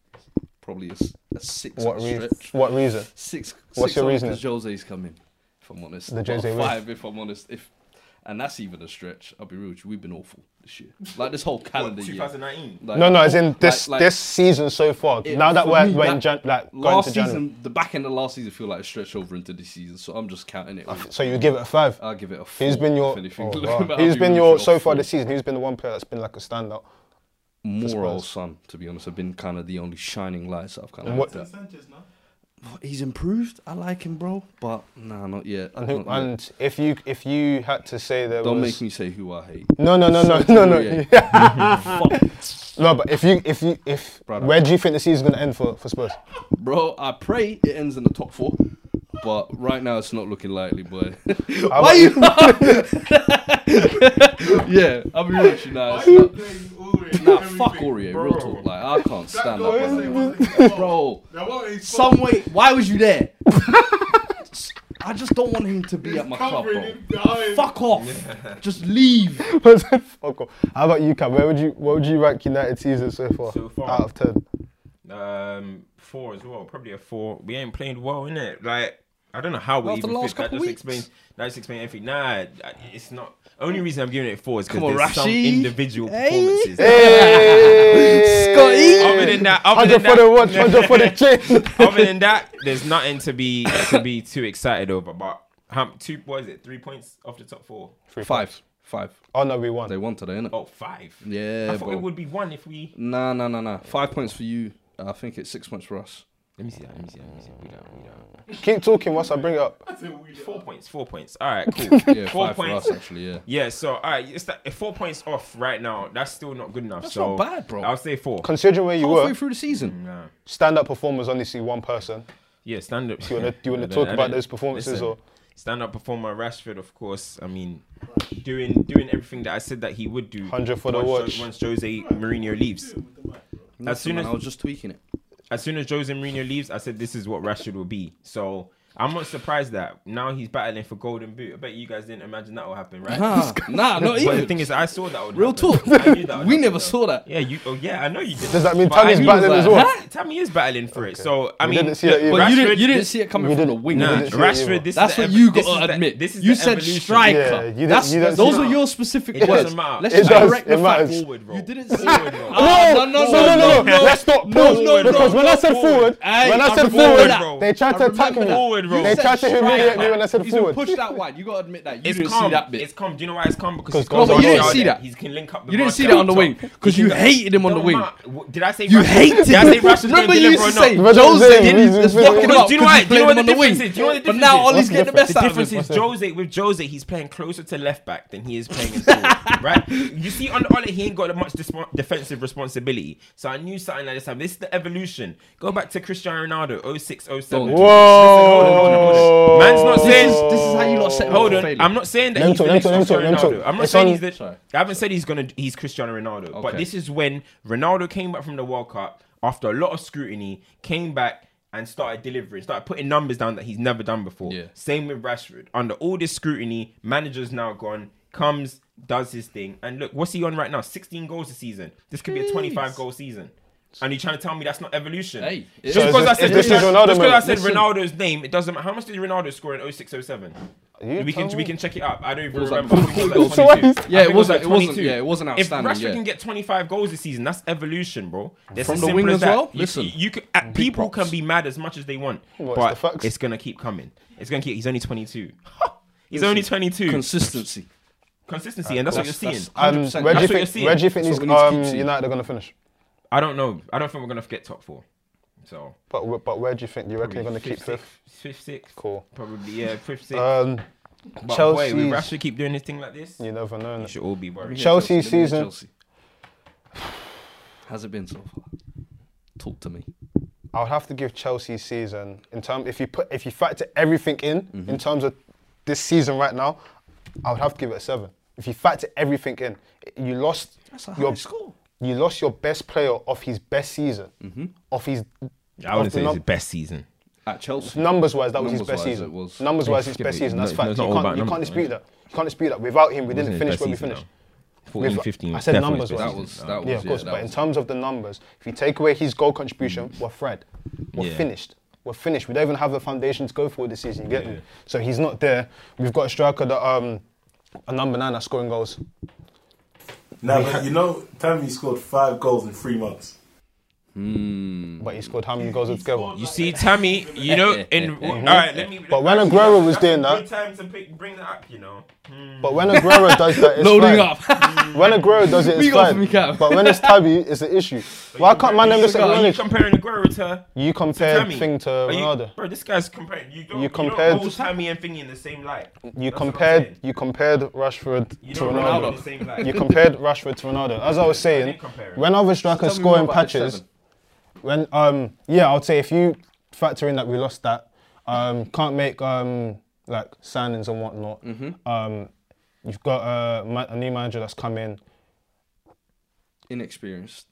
Probably a, s- a six.
What,
on a
reason?
stretch.
what reason?
Six.
What's
six
your
only
reasoning?
'cause Jose's coming. If I'm honest,
The
But
Jose way.
five. If I'm honest, if and that's even a stretch. I'll be real with you. We've been awful this year. Like this whole
What,
calendar year.
2019?
Like,
No, no, as in
like-
this
like,
this season so far.
it-
now that
for
we're,
me,
we're in
that
Jan- like going
last
to
season,
January.
the back end of last season feel like a stretch over into this season. So I'm just counting it. with-
So you give it a five.
I'll give it a four.
Who's been your?
if anything.
oh, wow.
Look, I'll
Who's
be
been
real
your
with you,
so far
four.
this season? Who's been the one player that's been like a standout?
Moro
Spurs.
son, to be honest, have been kind of the only shining lights I've kind of
And
looked
what-
at.
Sanchez, no?
He's improved. I like him, bro. But nah, not yet.
And, who,
Not yet.
and if you if you had to say there
Don't
was
make me say who I hate.
no no no no
Sergio
no no
Aurier.
no, but if you if you if
Brother.
where do you think the season's gonna end for for Spurs?
Bro, I pray it ends in the top four. But right now it's not looking likely, boy.
How
Why you? yeah, I'll be real with you now. It's not- Nah, fuck Aurier, real talk. Like, I can't stand
goal
that,
is-
brother. bro.
Now, what is
Some way, why was you there? I just don't want him to be at my club,
covering
bro.
him behind.
Fuck off. Just leave.
What's that? Fuck off. How about you, Cam? Where would you what would you rank United season so far?
So far?
out of ten.
Um, four as well. Probably a four. We ain't played well, innit? Like I don't know how we
Well, the
even
last
fit. That
couple
just
weeks.
explains. That just explains everything. Nah, I- it's not. Only reason I'm giving it four is because
Come on,
there's some
Rashid.
individual
Hey.
performances.
Hey,
Other than that, other
hundred
than
for the
that,
watch, hundred for the chain.
other than that, there's nothing to be to be too excited over. But how, two, what is it? Three points off the top four.
Five. Five.
Oh no, we won.
They won today, innit?
Oh, five.
Yeah,
I thought
bro.
it would be one if we.
Nah, nah, nah, nah. Five points for you. I think it's six points for us.
Let me see that. Let me see that. Let me see that. Read out, read out.
Keep talking whilst I bring it up.
Four points. Four points. All right, cool.
Yeah,
four
five
points.
for us actually. Yeah.
Yeah, so all right, it's that, if four points off right now, that's still not good enough.
That's
so
not bad, bro.
I'll say four.
Considering where you
Halfway
were,
through the season.
Nah.
stand up performers only see one person.
Yeah, stand up.
Do you want to, do you want to talk about those performances or?
stand up performer Rashford? Of course, I mean, doing doing everything that I said that he would do.
100 for the
once Jo-
watch.
once Jose Mourinho leaves. As soon
Man,
as
I was just tweaking it.
as soon as Jose Mourinho leaves, I said this is what Rashford will be. So I'm not surprised that now he's battling for Golden Boot. I bet you guys didn't imagine that would happen, right?
Nah, nah, not
But the
even.
thing is, I saw that. Would
Real
happen.
talk.
I knew that would
we
happen,
never
though.
saw that.
Yeah, you. Oh, yeah, I know you did.
Does that mean
But I
Tammy's
knew
battling
that-
as well?
Huh? Tammy is battling for it. So I
We
mean,
didn't see that either.
But you
Rashford-
didn't, you didn't see it coming
we
from the
didn't-
wing.
you
Nah,
didn't see it either.
Rashford. This
That's
is the
what
ev-
you
this is
gotta
the-
admit.
This is
you
the
said
evolution.
striker.
Yeah, you didn't-
That's,
you don't
those
see
are
that.
your specific
It
words.
doesn't matter.
Let's
It
just
does,
correct
it
the
matters.
fact.
Forward, bro.
You didn't see
Forward,
it.
bro.
Ah,
no, no, no, no, no, Let's stop. Pause.
no, no,
because when
no,
I said
forward.
forward,
Aye,
when
I
I said
remember
forward,
that.
they tried to attack me.
remember that. Forward, bro.
They
You
tried to
said
humiliate
striker.
me when I said
He's been
forward.
pushed that wide. You gotta admit that. You
It's
didn't
calm.
see that bit.
It's calm. Do you know why it's calm? Because
Because
he's got
No, but you
Martial
didn't
see
there.
that.
He can link up. With
You didn't see
Martial
that on the
up
wing,
top.
'cause
He
you
can-
hated him on the
Don't
wing.
matter. W- Did I say
You
Rashford-
hated
Did I say
him.
Rashford
Remember
gonna
you
deliver
used to
or
say
But
not?
that's
Jose
what I'm saying,
didn't
he's-
just
he's-
lock
he's-
him up
Do you know
'cause he
why? Do you
played
know
him
what
on
the
the
difference
wing.
is? Do you know what the
But
difference
now
is?
Ollie's getting the best
The
out of
difference
him.
is Jose with Jose with Jose he's playing closer to left back than he is playing right. You see on Ole he ain't got much disp- defensive responsibility. So I knew something like this time. This is the evolution. Go back to Cristiano Ronaldo 06 07.
Don't.
Whoa.
Man's not
This
saying
is, this is how you lot set him up
Hold
for
on,
failure.
I'm not saying that
Let him
he's the
talk, let him
next
talk, let him
Cristiano
talk, let him
Ronaldo.
talk.
I'm not
It's
saying
on-
he's the.
Sorry.
I haven't said he's gonna. He's Cristiano Ronaldo. But
Okay.
this is when Ronaldo came back from the World Cup after a lot of scrutiny, came back and started delivering, started putting numbers down that he's never done before.
Yeah.
Same with Rashford. Under all this scrutiny, manager's now gone. Comes, does his thing, and look, what's he on right now? 16 goals a season. This could be a 25 goal season. And you're trying to tell me that's not evolution?
Hey, it
just
is.
because I
If
said
this is
just
Ronaldo,
because I
man,
said
listen.
Ronaldo's name, it doesn't matter. How much did Ronaldo score in 06, 07?
You
we can
tell
we
me.
can check it up. I don't even
was like
remember. I think it was
So
like
what is-
22.
Yeah,
I
it
think was
wasn't-
like
it wasn't-
22.
yeah, it wasn't
If
outstanding,
Rashford
yeah.
can get 25 goals this season, that's evolution, bro. That's
From
as
the
simple
wing as
that.
well?
You,
Listen.
you, can, uh, people can be mad as much as they want,
Well, it's the
but
facts.
it's gonna keep coming. It's gonna keep. He's only 22. He's only 22.
Consistency.
Consistency, and that's what you're
Uh, That's- that's-
seeing.
Um,
100%.
where do you
That's what you're
think?
seeing.
Where do you think
That's
these
what we need to
um,
keep seeing.
United are going to finish?
I don't know. I don't think we're gonna get top four. So
But wh- but where do you think you reckon you're going to keep
sixth,
fifth?
fifth, sixth.
Cool.
Probably yeah, fifth, sixth.
Um,
but boy, we
Chelsea's-
Rashford keep doing this thing like this.
you never know.
We
innit?
should all be worried.
Chelsea
Let me hear
season.
Chelsea. How's it been so far? Talk to me.
I would have to give Chelsea's season in terms if you put if you factor everything in
Mm-hmm.
in terms of this season right now, I would have to give it a seven. If you factor everything in, you lost
That's a high
your
score.
you lost your best player off his best season, off his.
Mm-hmm. I wouldn't
off the
say it's
num-
his best season.
At Chelsea.
Numbers wise, that was his
Numbers
best
wise,
season.
it was-
Numbers wise, his
Yeah, but
best season. That's
no,
fact.
it's
You
not all
can't,
about
you can't
numbers,
dispute
right?
that. You can't dispute that. Without him, we didn't
Wasn't his
finish
best
where we
season,
finished.
though. 14,
With-
15.
I
was
said
definitely
numbers.
his best
That
season.
was that was
Yeah, of course.
yeah, that
but in
was- Mm.
terms of the numbers, if you take away his goal contribution, we're Fred. We're
Yeah.
finished. We're finished. We don't even have the foundation to go for this season. You get me? So he's not there. We've got a striker that um a number nine that's scoring goals.
Now, but you know, Tammy scored five goals in three months.
Mm.
But he scored how many goals altogether?
You see, Tammy, you know, in all right, let me.
Mm-hmm. But when Aguero was
that's a
doing that-
good time to pick, bring that up, you know.
But when Aguero does that, it's fine.
Loading up.
When Aguero does it, it's
Big up for me,
fine.
Cam.
But when it's Tabby, it's an issue. Why can't my name just
Are you
acknowledge?
comparing Aguero to
You compare
Tammy?
thing to
Are you-
Ronaldo.
bro? This guy's comparing. You don't.
You
You
compared-
compared Tammy and Thingy in the same light.
You
That's what I'm
compared
saying.
you compared Rashford
You
to
don't
Ronaldo.
Ronaldo in the same light.
You compared Rashford to Ronaldo. As I was saying,
compare it.
when other strikers
Tell me
score
more
in
about this
patches,
seven.
when um yeah, I would say if you factor in that we lost that, um can't make um like signings and whatnot.
Mm-hmm.
Um, you've got uh, ma- a new manager that's come in.
Inexperienced.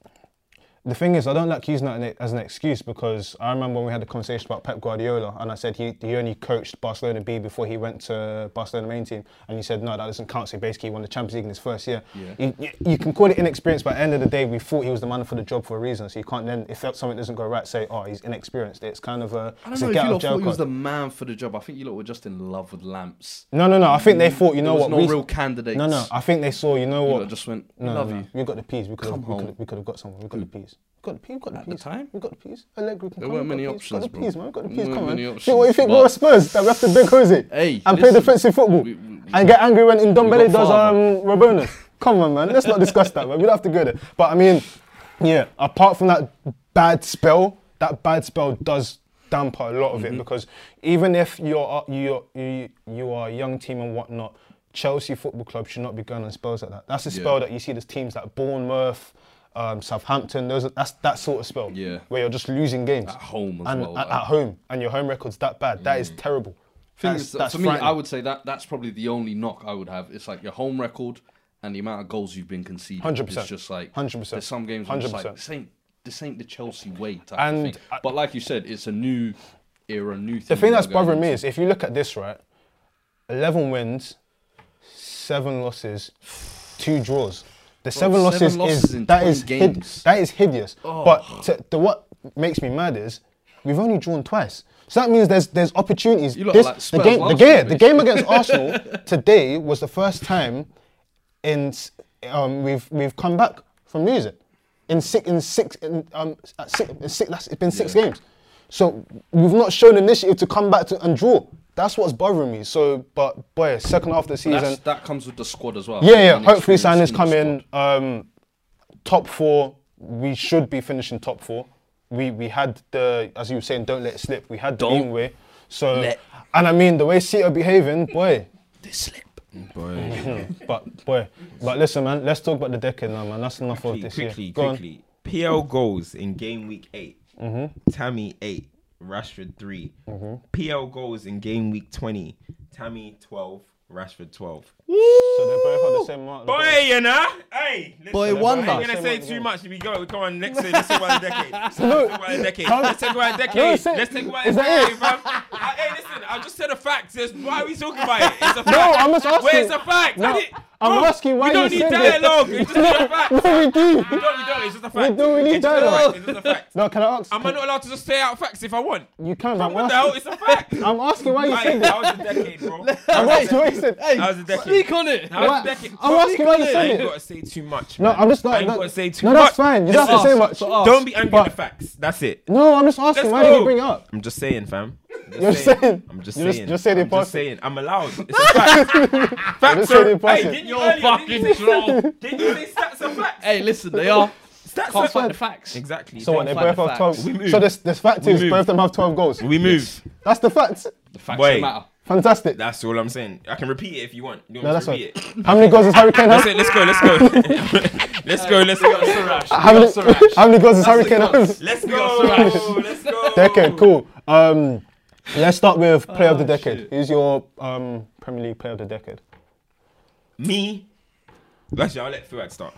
The thing is, I don't like using that as an excuse because I remember when we had a conversation about Pep Guardiola and I said he, he only coached Barcelona B before he went to Barcelona main team and he said, no, that doesn't count. So basically, he won the Champions League in his first year. You, you- you can call it inexperience, but at the end of the day, we thought he was the man for the job for a reason. So you can't then, if something doesn't go right, say, oh, he's inexperienced. It's kind of a,
I
it's a
don't know
get
if you
out
lot
of jail
thought he was
card.
the man for the job. I think you lot were just in love with lamps.
No, no, no. I think they thought, you know
Mm, there was
what?
no
we-
real candidates.
No, no. I think they saw, you know
You
what?
lot just went,
No,
love
no, no.
you.
We got the peas. We could have
Come
we
on. Mm.
could we could have got someone. We got the peas. We got the peas. We got the
At the
peas.
time?
we got the peas. Allegri can
There
come, we got
weren't many
the peas,
options,
Got the
bro.
peas, man. We got the
There
peas.
weren't
Come on.
many
Do you know what you
options,
think? We're
but-
Spurs that we have to beg Jose
Hey,
and play
listen,
defensive football
we- we-
and get angry when Ndombele does
Fava.
um Robona. Come on, man. Let's not discuss that, man. We don't have to go there. But I mean, Yeah, apart from that bad spell, that bad spell does damper a lot of
Mm-hmm.
it because even if you're you you you are a young team and whatnot, Chelsea Football Club should not be going on spells like that. That's a spell
Yeah.
that you see. There's teams like Bournemouth. Um, Southampton, those are, that's that sort of spell
Yeah.
where you're just losing games at
home as
and
well,
At,
like- Mm.
at home, and your home record's that bad. That is terrible.
Thing
That's-
is, that-
that's
for me, I
frightening.
would say that that's probably the only knock I would have. It's like your home record and the amount of goals you've been conceding.
100%.
It's just like
100%.
There's some games. Where it's like
100%.
this ain't this ain't the Chelsea way. Type
And
of thing.
I-
but like you said, it's a new era, new thing.
The thing that's
we're going
bothering me
into.
is if you look at this, right? 11 wins, 7 losses, 2 draws. The 7 losses,
seven losses in
is, that
20
is, hid-
games. Oh.
that is hideous. But to, the, what makes me mad is we've only drawn twice. So that means there's there's opportunities.
You lot are like
the
Spurs
game, the
last
game,
week,
the game against Arsenal today was the first time in s- um, we've we've come back from losing in six in six in, um, at six, in six that's, it's been six
Yeah.
games. So we've not shown initiative to come back to, and draw. That's what's bothering me. So, but boy, second half of the season,
That's, that comes with the squad as well.
yeah, yeah.
An
Hopefully, signings
experience in the
come
squad.
in. Um, top four. We should be finishing top four. We we had the as you were saying, don't let it slip. We had the
Don't
leeway. So,
let-
and I mean the way City are behaving, boy.
They slip.
but boy, but listen, man. Let's talk about the decade now, man. That's enough of
quickly,
this
quickly,
year. Go on.
quickly. PL goals in game week 8
Mm-hmm.
Tammy eight. Rashford 3 PL goals in game week twenty. Tammy twelve. Rashford twelve.
So they both have the same amount. of
Boy,
goals.
you know. Hey, listen,
Boy wonder.
I ain't gonna say too much. We go, go on. Next, let's talk about the decade. Let's talk about the decade. Let's talk about
No,
the decade.
it's it.
Let's talk about the
Is that
decade,
it?
fam. I- Hey, listen. I just said a fact. There's- Why are we talking about it? It's a fact.
No, I'm just asking.
Where's the fact? I
No,
didn't-
I'm
Bro,
asking why
We don't
you
need
said it.
dialogue. It's just a fact.
No, we do.
We don't. We don't. It's just a fact.
do, we need
It's just a
dialogue.
fact, It's just a fact.
No, can I ask?
Am I not allowed to just say out facts if I want?
you can. but I'm
What the hell?
asking,
It's a fact.
I'm asking why you
Hey,
said that.
That was a decade, bro.
I'm
That
asking why you said.
That was a decade.
Speak on it.
was a
Why-
decade.
I'm asking why you
I
said
ain't
it.
gotta say too much.
No,
man.
I'm just not.
I ain't
no,
gotta say too
no,
much.
that's fine. You don't have to say much.
Just ask.
Don't be angry at the
But-
facts. That's it.
No, I'm just asking.
Let's
Why did
go.
you bring it up?
I'm just saying, fam. I'm
You're
just
saying-
I'm just
you
saying.
just- just said it
I'm just
positive.
saying. I'm allowed. It's a fact. facts
just said
are.
it
Hey,
positive.
didn't you
You're
earlier,
fucking
didn't you, say-
slow.
didn't you say stats are facts?
Hey, listen, they are.
Stats are
Can't
facts.
find the facts.
Exactly.
So what? They
find
both
the
have
facts.
twelve.
We move.
So this this fact
We
is
move.
both of them have twelve goals.
we move.
That's the fact.
The facts
Wait.
don't matter.
Fantastic.
That's all I'm saying. I can repeat it if you want. You want
no,
me
that's
to repeat
right.
it?
How many goals does Harry Kane
That's
have?
it. Let's go. Let's go. let's go. Let's go.
How many, how many goals does Harry Kane have?
Let's go. Let's go.
Decade, cool. Um, let's start with player
Oh,
of the decade. Who's your um, Premier League player of the decade?
Me. Actually, I'll let Fuad start.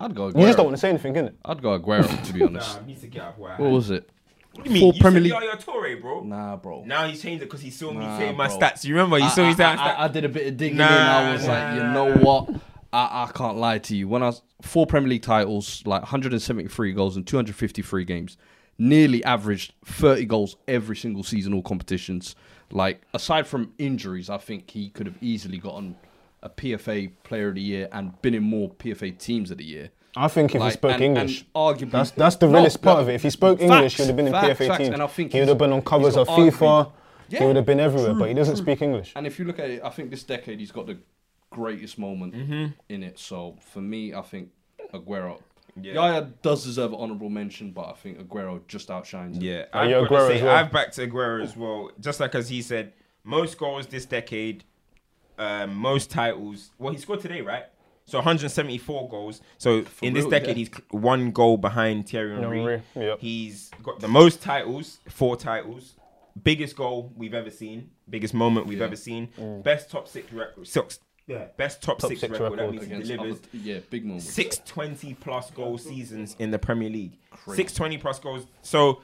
I'd go.
You just don't
Aguero.
want to say anything, innit?
I'd go Aguero to be honest.
I need to get out of where
What was it?
What do you mean?
Four
You
Premier
said
League-
Yaya Toure, bro.
Nah, bro.
Now he's changed it because he saw me
Nah,
saying my
bro.
stats. You remember? He saw
I,
me saying my
I- I- I
stats.
did a bit of digging
Nah,
in. I was
nah,
like, you
nah,
know
nah.
what? I, I can't lie to you. When I was four Premier League titles, like 173 goals in 253 games, nearly averaged 30 goals every single season, all competitions. Like aside from injuries, I think he could have easily gotten a PFA Player of the Year and been in more PFA teams of the year.
I think if he
Like,
spoke
and-
English,
and arguably,
that's that's the
No,
realest part
no,
of it. If he spoke English, he would have been in
facts,
PFA
facts,
teams.
And I think
he
he's-
would have been on
he's
covers
got
of
arguably-
FIFA. He
Yeah.
would have been everywhere, but he doesn't
true.
speak English.
And if you look at it, I think this decade he's got the greatest moment in it. So for me, I think Aguero.
Yeah.
Yaya does deserve an honourable mention, but I think Aguero just outshines him.
Yeah,
Are you
I've, got to
Aguero
say,
as well?
I've backed Aguero as well. Just like as he said, most goals this decade, um, most titles. Well, he scored today, right? So 174 goals. So in this
real,
decade,
yeah.
he's one goal behind Thierry Henry.
Henry, yep.
He's got the most titles, four titles. Biggest goal we've ever seen. Biggest moment we've ever seen. Best top six record. Six. Yeah. Best top, six,
six
record. That
record.
means he
Against
delivers
other, yeah, big moment.
620 plus goal seasons in the Premier League. 620 plus goals. So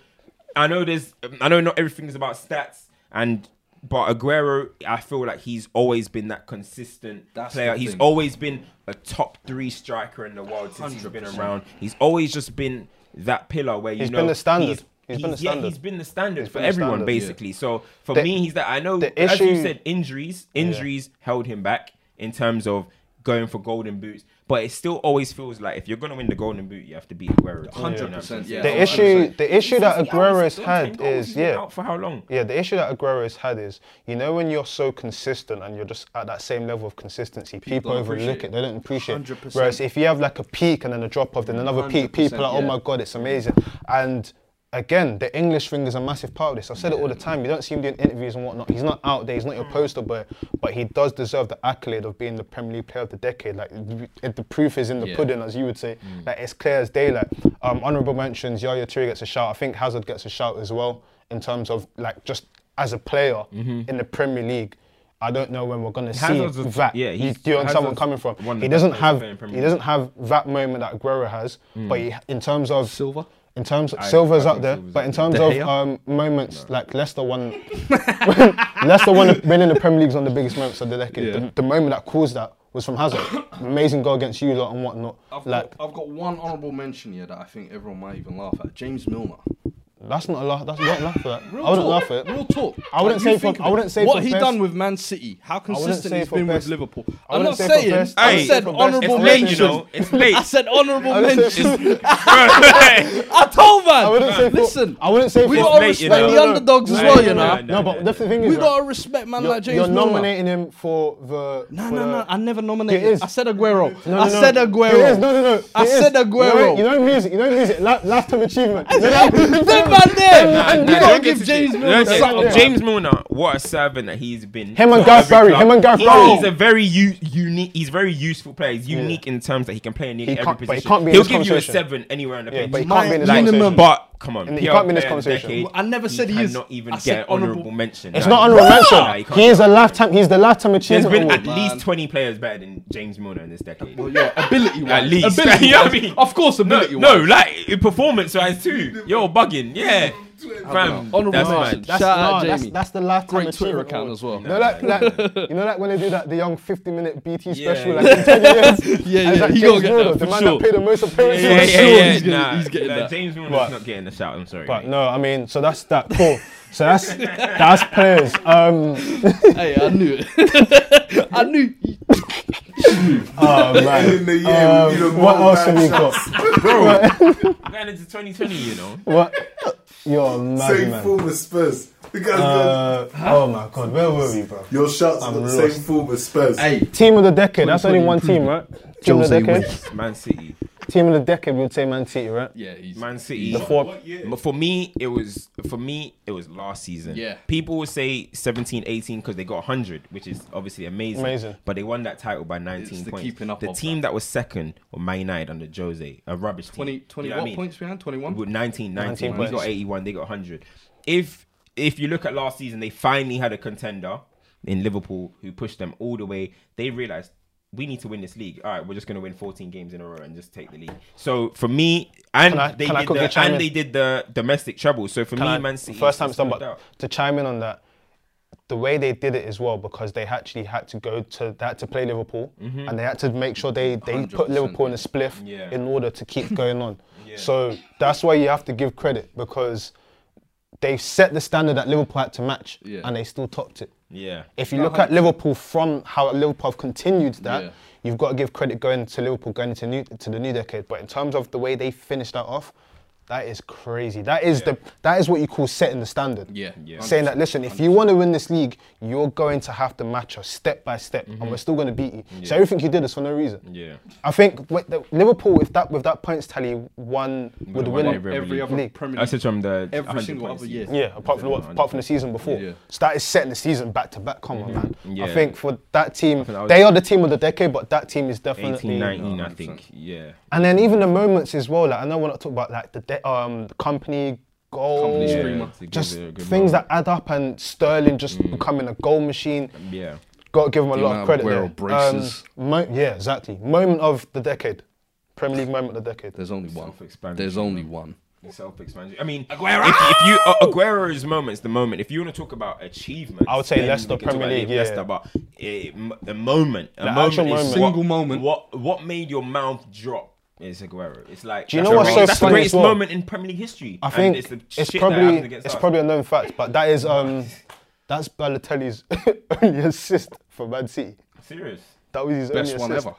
I know there's um, I know not everything's about stats and but Aguero, I feel like he's always been that consistent
That's
player.
the
He's
thing.
always been a top three striker in the world since he has been
100%.
around. He's always just been that pillar where you
He's
know
been the standard.
He's,
He's been the
yeah,
standard.
he's been the standard for
been the
everyone
standard.
basically. So for
The-
me, he's that. I know,
the
as you
issue-
said, injuries injuries held him back in terms of going for golden boots. But it still always feels like if you're gonna win the golden boot, you have to beat Aguero.
Hundred percent, yeah.
The
Oh,
issue,
100%.
the issue that Aguero's had is yeah,
out for how long?
yeah. The issue that Aguero's had is you know when you're so consistent and you're just at that same level of consistency, people,
don't
overlook
appreciate
it. They don't appreciate. it.
100%.
Whereas if you have like a peak and then a drop off, then another peak, people are like, oh
100%,
my
yeah.
god, it's amazing. And again, the English thing is a massive part of this. I've said it all the time. You don't see him doing interviews and whatnot. He's not out there. He's not
Mm.
your poster boy, but he does deserve the accolade of being the Premier League Player of the Decade. Like the the proof is in the
Yeah.
pudding, as you would say.
Mm.
Like it's clear as daylight. Um, honourable mentions. Yaya Toure gets a shout. I think Hazard gets a shout as well in terms of like just as a player in the Premier League. I don't know when we're gonna
Hazard's
see
Mm-hmm. a-
that.
yeah,
you,
he's-
do you understand where I'm
Hazard's
coming from?
one of
He
the best
doesn't
players
have
playing in Premier
he
League.
doesn't have that moment that Aguero has,
Hmm.
but he, in terms of
Silva?
in terms of Silva's
I
up
think
there,
Silva's
but
up
in
there.
terms
De
of
Gea?
um, moments like Leicester won, Leicester won the- winning the Premier League's one of the biggest moments of the decade. The, the moment that caused that was from Hazard, amazing goal against you lot and whatnot.
I've,
like
got, I've got one honourable mention here that I think everyone might even laugh at. James Milner.
that's not a laugh. That's don't laugh at that.
Real
I wouldn't
talk,
laugh at it.
Real talk.
I wouldn't
Like,
say
you
for-
think
I wouldn't say
what
for
he
best-
done with Man City. How
wouldn't
consistent
say
he's
for
been
best-
with Liverpool.
I
I'm
wouldn't
not
say for
saying.
best- I
I said
wouldn't
say for best.
honourable
It's
Late, you
mentions.
know. It's late.
I said honourable
I wouldn't say
mentions. I told man.
I wouldn't say for-
Listen,
I wouldn't say
we
for-
gotta
Mate, you
respect
know.
the
No, no, no.
underdogs as
No,
well.
no,
You
no,
know,
no.
No, but the thing is,
we
right,
gotta respect man
you're,
like James
you're
Milner.
nominating him for the.
No,
for
no,
the-
no. I never nominated.
It is.
I said Aguero.
No, no,
I
no.
said Aguero.
It is, no, no, no.
I
it is.
said Aguero.
You know, you know music. You know music. La- lifetime achievement. You know that-
That man there.
Nah,
you
nah,
gotta
don't
give
get
James
to-
Milner
don't get-
something.
James Milner, what a servant that he's been.
Him and
to
Gareth
every
Barry, him and Gareth
He's-
Barry.
He's a very u- unique. He's very useful player. He's unique in terms that he can play in nearly
He
every
can't-
position.
but he can't be in
He'll
this
give you a
conversation.
seven anywhere on the
Yeah,
pitch.
but he
My
can't be in this
Like,
conversation.
minimum.
But come on,
And he
Pierre
can't be in this
Pierre
conversation.
Decade,
I never said he is.
cannot even
I said
get honourable,
honourable.
mention.
It's
Nah,
not
he
honorable
can't.
mention.
Nah, can't.
he is a lifetime. He's the lifetime
There's
achievement.
been
award.
at least 20 players better than James Milner in this decade.
Well, yeah, ability wise.
At least.
Ability
You know what I mean?
Of course,
No,
ability
no, like performance wise too. You're bugging, yeah. Fam,
Honourable
that's
mention.
mad.
That's,
Shout out
no, that's,
Jamie.
that's the lifetime
Great Twitter
achievement
account
award.
as well.
You know, like, like, you know, like when they do that, the young 50 minute BT
Yeah,
special,
yeah.
like in 10 years.
Yeah,
And it's
yeah,
like
he
James
gonna get
Milner, the
that for
man
sure.
that paid the most appearances.
Yeah, yeah,
sure
yeah,
he's gonna-
nah,
he's getting
nah,
that.
James Milner's
But-
not getting the shout. I'm sorry.
But
mate.
no, I mean, so that's that. Cool. So that's that's players. Um,
Hey, I knew it. I knew.
oh
In
man.
the year,
Um,
you know,
what
one
else have
bad
we
shot.
got?
We're going into 2020, you know.
What? You're mad,
Same
man.
form as Spurs. The guy's going,
Uh, oh my god, where were we, bro?
your shots are
I'm
the
lost.
same form as Spurs.
Hey,
Team of the decade. That's only one team, right? Team of the
Jose
decade.
It's Man City,
Team of the decade. We would say Man City, right?
yeah, he's
Man City.
The four.
But for me, it was for me it was last season.
Yeah.
People will say 17, 18 because they got 100, which is obviously amazing.
Amazing.
But they won that title by 19
It's the
points.
keeping up
the
of
team that. was second was Man United under Jose, a rubbish team.
20,
You
20
know
what
I mean?
points behind? Twenty one.
With 19, 19,
19
we got
points.
81, they got 100. If if you look at last season, they finally had a contender in Liverpool who pushed them all the way. They realized we need to win this league. All right, we're just going to win 14 games in a row and just take the league. So for me, and
Can I-
they
can I
did
quickly
the,
chime
and
in?
they did the domestic treble. So for me,
Can I-
Man City
First time it's done,
without
but to chime in on that, the way they did it as well, because they actually had to go to they had to play Liverpool, and they had to make sure they they put
100%.
Liverpool in a spliff
Mm-hmm. Yeah.
in order to keep going on. So that's why you have to give credit because they set the standard that Liverpool had to match,
Yeah.
and they still topped it.
yeah.
If you look at Liverpool from how Liverpool have continued that,
Yeah.
you've got to give credit going to Liverpool going into new, to the new decade. But in terms of the way they finished that off, that is crazy. That is the that is what you call setting the standard.
Yeah. Yeah.
Saying that listen, if you want to win this league, you're going to have to match us step by step,
Mm-hmm.
and we're still going to beat you. So everything you did is for no reason.
Yeah.
I think with the, Liverpool with that with that points tally, one would
won
win
every-
every other
League.
Premier
I
League.
said from the
Every
100
single
points
other
season.
year.
Yeah, apart from what, apart from the season before.
Yeah.
So that is setting the season back to back. Come on, man.
Yeah.
I think for that team,
that was-
they are the team of the decade, but that team is
18,
definitely.
19, I think. Yeah.
And then even the moments as well. Like I know we're not talking about like the de- um the company goal,
Company
Yeah,
Screamer.
to give
just
it a good
things
run. Mm.
that add up, and Sterling just becoming a goal machine.
Yeah.
Got to give him a lot
amount
of
of
credit
Aguero
there.
braces.
Um, mo- yeah, exactly. Moment of the decade, Premier League moment of the decade.
There's only one.
Self-explanatory.
There's only one.
Self-explanatory. I mean, Aguero. If, if you uh, Aguero's moment's the moment. If you want to talk about achievement,
I would say Leicester Premier League, yeah.
Leicester, but eh, m- the moment, a
The
moment,
actual
is
moment.
what-
Single moment.
What what made your mouth drop? Is Aguero. It's like
Do you know
that's the
what's
great-
so
that's
funny
the
as
greatest
well?
moment in Premier League history.
I
and
think
the
it's,
shit that
probably
happened against
it's
us.
probably a known fact, but that is um that's Balotelli's only assist for Man City.
serious.
That was his
Best
only
one
assist.
ever.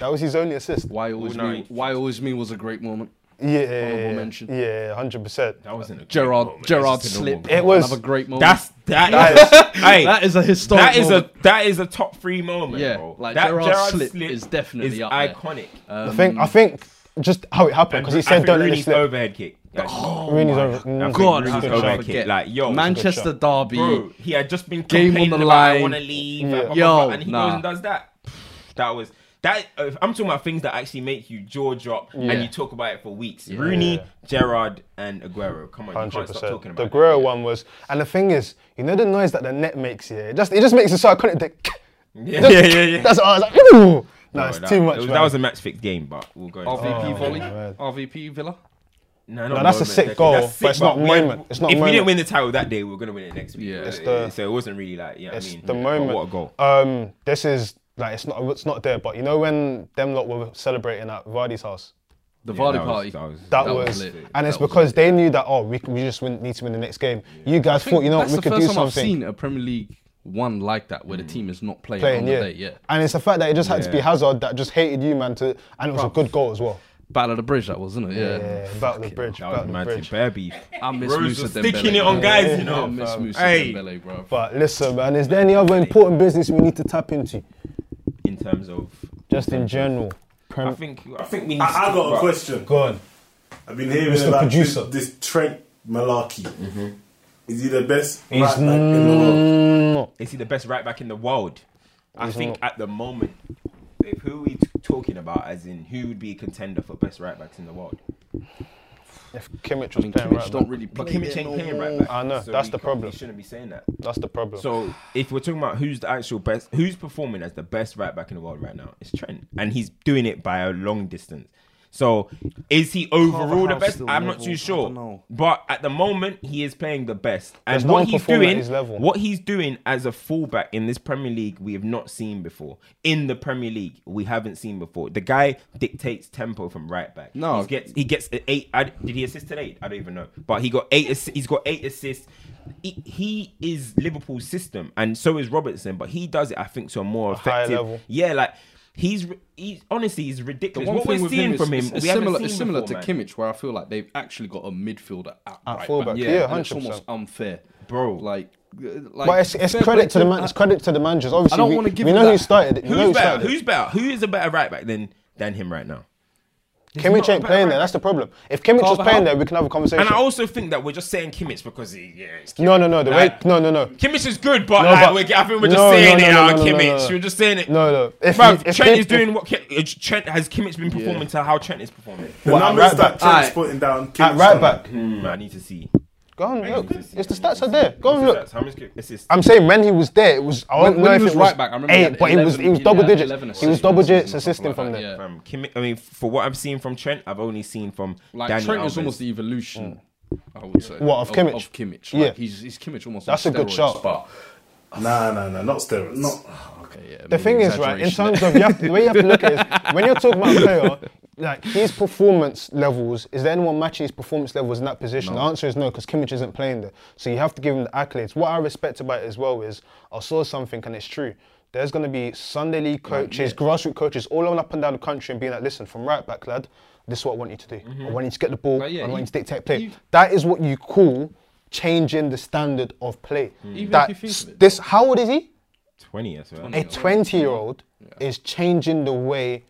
That was his only assist.
Why always
no,
me?
he-
Why always me was a great moment.
Yeah,
mention.
yeah, hundred percent.
That wasn't a
Gerard Gerard slip.
It was-
another great moment.
That's that.
That
is, hey,
that is a historic.
that is
moment.
a that is a top three moment.
Yeah,
bro.
like
that
Gerrard's slip is definitely up there. Uh,
iconic.
I think I think just how it happened because he said don't let it
Rooney's
slip.
overhead kick. Like,
Rooney's over. Mm.
God,
Rooney's
how could I
overhead
forget?
kick. Like yo,
Manchester derby.
bro, he had just been
Game on
complaining
the
about, I
line.
want to leave. blah, blah,
Yo,
blah, and he
nah.
goes and does that. That was that. uh, I'm talking about things that actually make you jaw drop, and you talk about it for weeks. Rooney, Gerard, and Aguero. Come on, you
Hundred
can't stop
percent.
talking
The
about it.
Guerrero one was, and the thing is, you know the noise that the net makes here. It just it just makes it so iconic. That
Yeah, yeah, yeah. yeah.
That's what I was like, ooh, no,
Bro,
it's
that-
too much.
it was-
man.
that was a match fixed game, but we'll go. into that.
RVP Oh, volley.
man.
RVP Villa.
No,
No, that's a sick goal, but it's not moment. It's not
If we didn't
moment.
win the title that day, we were gonna win it next week.
Yeah.
Uh,
It's
the-
so it wasn't really like yeah.
it's
I mean,
the
but
moment.
What a goal!
Um, this is like it's not it's not there, but you know when them lot were celebrating at Vardy's house.
The
Yeah,
Vardy
that was-
party.
that was-
That,
That
was,
was lit.
and it's
That was
because they knew that oh we, we just win, need to win the next game. You guys
I think
thought you know what,
that's
we
the
could
first
do
time I've
something. Mm.
seen a Premier League one like that where the team is not playing,
Playing,
on the
yeah.
day. Yeah,
and it's the fact that it just had to be
Yeah.
Hazard that just hated you, man. To and it was a good goal as well.
Battle of the Bridge that was, isn't it? Yeah.
Yeah, about the bridge,
That was
about the
mad.
bridge.
Bare beef.
I miss
Rose
Musa
was
Dembele.
sticking it on guys, you
I
know.
miss Musa
Hey.
Dembele, bro.
But listen, man, is there any other important business we need to tap into,
In terms of,
just in general?
I
Prem-
think I think we need. to
I, I
talk
got a
about-
question.
Go on.
I've been hearing
Mr.
about
Producer. Mm-hmm.
This, this Trent Malarkey. Is he the best
He's
right back in the world?
not.
Is he the best right back in the world? I
He's
think
not.
at the moment, if who are we talking about, as in who would be a contender for best right backs in the world?
If Kimmich was
I mean,
playing
Kimmich
right
don't
back,
really play.
But Kimmich
there
ain't
no
playing
more.
right back.
I know, that's
we
the
can't-
problem.
We shouldn't be saying that.
that's the problem.
So if we're talking about who's the actual best, who's performing as the best right back in the world right now, it's Trent, and he's doing it by a long distance. So is he overall the
Carvajal's
best?
still
I'm not
level.
too
I
sure,
don't know.
but at the moment he is playing the best, and
There's no
what
one
he's
performing at
doing,
his level.
what he's doing as a fullback in this Premier League, we have not seen before. In the Premier League, we haven't seen before. The guy dictates tempo from right back.
No.
He's gets he gets a eight. I, did he assist today? I don't even know. But he got eight. assi- He's got eight assists. He, he is Liverpool's system, and so is Robertson. But he does it, I think, to a more
higher
effective
level.
Yeah, like he's re- he's honestly he's ridiculous. What we're
with
seeing
is-
from him,
is- is
we haven't
similar,
seen
it's similar
before,
to Kimmich, where I feel like they've actually got a midfielder at, right
fullback,
back.
yeah,
and it's
100%.
almost unfair,
Bro.
Like, uh, like
but it's, it's
fair play
credit to the man. It's
I-
credit to the managers. Obviously,
I don't
we,
wanna give
we
you
know who
that.
started it. We know
Who's
who
better?
started it.
Who's better? Who is a better right back than than him right now?
Kimmich
not
ain't
better
playing
right
there. That's the problem. If Kimmich was
Carvajal-
playing there, we can have a conversation.
And I also think that we're just saying Kimmich because he yeah. It's Kimmich.
no, no, no. The way,
Like-
no, no, no.
Kimmich is good, but,
No,
like,
but-
we're, I think we're just
no,
saying
no,
it
no,
out
no, no,
Kimmich.
no, no.
We're just saying it.
No, no. If
Bruv,
he- if
Trent
Kim-
is doing
if-
what Kim, uh, Trent has Kimmich been performing to how Trent is performing.
The
What, at
numbers
right back?
that Trent's
Aye.
putting down.
at
Kimmich
right
done.
back.
Hmm, I need to see.
Go on,
I need
look.
to see.
It's the
I need
stats
to
are there.
see.
Go and
What's the
look.
stats? How many assists?
I'm saying when he was there, it was. I don't
When-
know
when he
if
was
it was
right back, I remember he
eight,
had
but he was
11
he was
yeah,
double
11
digits. He was
assists
double
or something
digits assisting
like
from
that,
there.
yeah.
From Kimmich, um, I mean, for what I've seen from Trent, I've only seen from
Like
Dani
Trent
Alves.
is almost the evolution, I would say.
What, of Kimmich?
Of Kimmich.
Yeah.
Like, he's, he's Kimmich almost. on
That's a good
steroids,
shot.
But,
Nah, nah, nah. Not steroids. Not.
okay, yeah,
The
maybe
thing is, right, in
exaggeration
terms
there.
of you have, the way you have to look at it is when you're talking about a player, like his performance levels, is there anyone matching his performance levels in that position? The answer is no, because Kimmich isn't playing there. So you have to give him the accolades. What I respect about it as well is I saw something and it's true. There's going to be Sunday league coaches, grassroots coaches, all on up and down the country and being like, listen, from right back, lad, this is what I want you to do. I want you to get the ball.
But Mm-hmm. yeah,
I want you
you-
to dictate play.
you-
that is what you call changing the standard of play.
Mm. Even if
That
you think of it,
this, how old is he?
20 as well.
a 20 year old is changing the way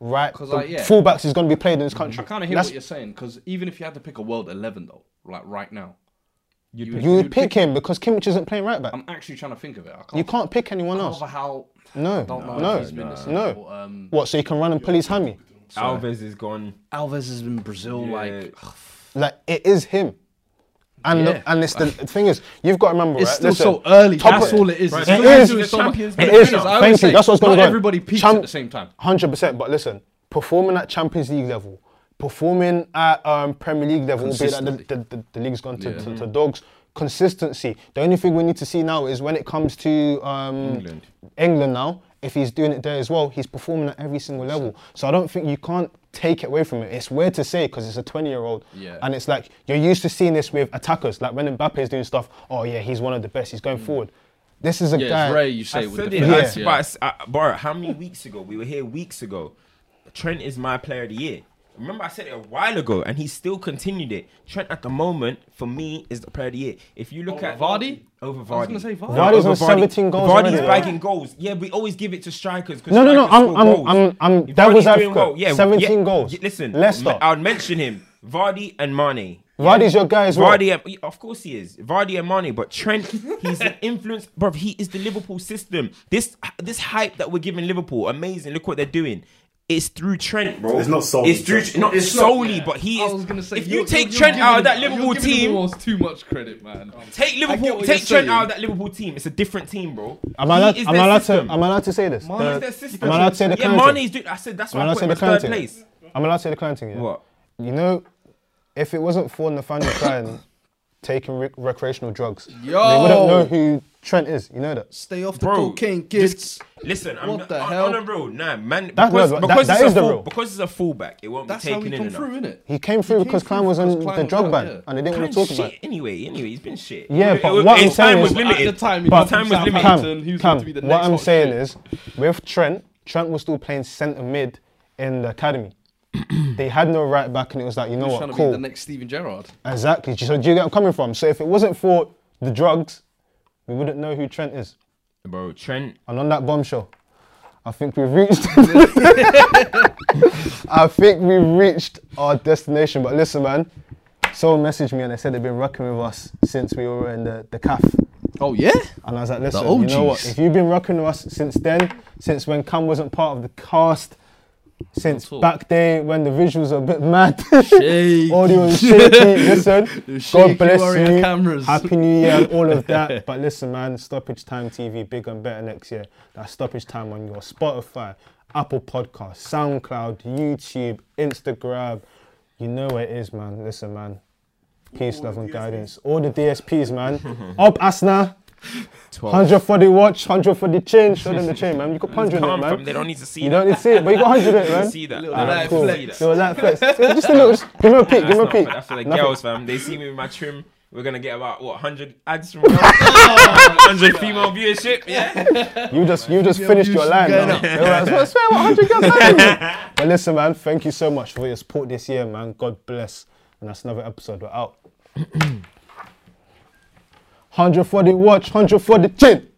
right the
'Cause, like, yeah.
fullbacks is going to be played in this country.
I kind of hear what you're saying because even if you had to pick a world eleven though, like right now, you
you would pick him because Kimmich isn't playing right back.
I'm actually trying to think of it. I can't.
you can't pick anyone else.
Carvajal.
No,
I don't know
no,
if he's been the same
no.
level. Um,
What? So you can run and pull his hammy?
Alves is gone.
Alves has been Brazil like.
Like it is him. And
Yeah.
the, and it's the, the thing is, you've got to remember.
It's
right,
still
listen,
so early.
top-
That's all it is.
Right,
It's
it
still
is.
doing so much.
Champions
It
League
is.
final.
I always
Thank you.
say,
That's what's going
not
on.
Everybody peaks at the same time.
Hundred percent. But listen, performing at Champions League level, performing at um, Premier League level, albeit that the, the, the, the league's gone to, to, to dogs. Consistency. The only thing we need to see now is when it comes to um,
England.
England now. If he's doing it there as well, he's performing at every single level. So I don't think you can't take it away from it. It's weird to say because it's a 20 year old.
Yeah.
And it's like you're used to seeing this with attackers. Like when Mbappe is doing stuff, oh yeah, he's one of the best, he's going forward. This is a
Mm. Yeah,
guy.
it's rare you say
I
it with
said
the
it.
Yeah.
I
defense.
said- but I s- I- Bro, how many weeks ago? We were here weeks ago. Trent is my player of the year. Remember, I said it a while ago, and he still continued it. Trent, at the moment, for me, is the player of the year. If you look
Over
at
Vardy?
over Vardy,
I was gonna say Vardy.
Vardy's
over
on 17 goals
Vardy's
already.
bagging goals. Yeah, we always give it to strikers. 'cause
No, no, no,
strikers
I'm-
score
I'm-
goals.
I'm- I'm-
If
that was
Vardy's doing
Africa. 17 goals.
y- Listen,
Leicester.
I would mention him. Vardy and Mane.
Vardy's your guy as well.
Vardy, uh, of course he is. Vardy and Mane, but Trent, he's an influence, bro. He is the Liverpool system. This this hype that we're giving Liverpool, amazing. Look what they're doing. It's through Trent, bro.
It's not solely
It's through
Trent.
not
It's not-
solely,
yeah.
but he
I
is.
was gonna say,
if
you're-
you take
you're
Trent
giving
out of
him-
that Liverpool
you're giving him
team, Um,
almost too much credit, man.
take
get
Liverpool,
what
take
you're
Trent
saying.
out of that Liverpool team. It's a different team, bro.
Am
He
I allowed,
is
am I
their
allowed to?
system.
Am I allowed to say this?
Mane
The-
is their system.
Am I allowed to say the
yeah,
counting?
Mane's doing. I said that's
Am I
why I
allowed to
put
say
him
the
in third
counting?
place.
I'm allowed to say the counting. Yeah?
What?
You know, if it wasn't for Nathaniel Klein taking rec- recreational drugs, they
Yo!
wouldn't know who Trent is. You know that.
Stay off the
Bro,
cocaine, kids.
Listen, I'm
What the
on,
hell?
on a real, nah, man.
That-
Because,
no, that-
because
that
it's
is
a
the
full-
rule.
because it's a fullback, it won't
That's
be
how
taken
we
in
come
and out.
through, innit?
He came through
He came
because
through
Klein was on
because Klein
the
was
drug
out,
ban,
yeah.
and they didn't want
Clint's
to talk
shit
about it.
anyway. Anyway, he's been shit.
Yeah,
It-
but
it-
what I'm
his time
saying
was
is-
limited.
At the time, he
his
got
time was
Southampton.
limited.
Cam, he was meant to be the
what
next
I'm
hot
saying
shit.
is, with Trent, Trent was still playing centre mid in the academy. they had no right back, and it was like, you know
He's
what,
trying to be
cool,
the next Steven Gerrard.
exactly. So do you get where I'm coming from? So if it wasn't for the drugs, we wouldn't know who Trent is.
Bro, Trent.
And on that bombshell, I think we've reached. I think we've reached our destination. But listen, man, someone messaged me and they said they've been rocking with us since we were in the, the calf.
Oh yeah.
And I was like, listen, you know what?
OGs.
If you've been rocking with us since then, since when Cam wasn't part of the cast, since
Not at all.
back day when the visuals were a bit mad,
Shaky.
audio was shaky. Listen,
shaky
God bless
warrior
you.
cameras.
Happy New Year and all of that. but listen, man, Stoppage Time TV, big and better next year. That's Stoppage Time on your Spotify, Apple Podcast, SoundCloud, YouTube, Instagram. You know where it is, man. Listen, man. Peace, love, and guidance. All the DSPs, man. Up, Asna.
12.
100 for the watch, 100 for the chain. Show them the chain, man. You got 100 in it,
Come from, they
man.
don't need to see
You
that.
don't need to see it, but you got 100 in it,
They don't
man.
see that.
Little
Nah,
light
they don't see
flex.
that.
So that flex. Just a little, just give him a peek, give him a
That's not
peek.
for- That's for the
Nothing.
girls, fam. They see me with my trim. We're gonna get about what 100 ads from 100 female viewership. Yeah.
You just you just finished your line.
going
man. They were like, "Swear- swear, what, 100 girls like me?" But listen, man, thank you so much for your support this year, man. God bless. And that's another episode. We're out. 100 for the watch, 100 for the chin.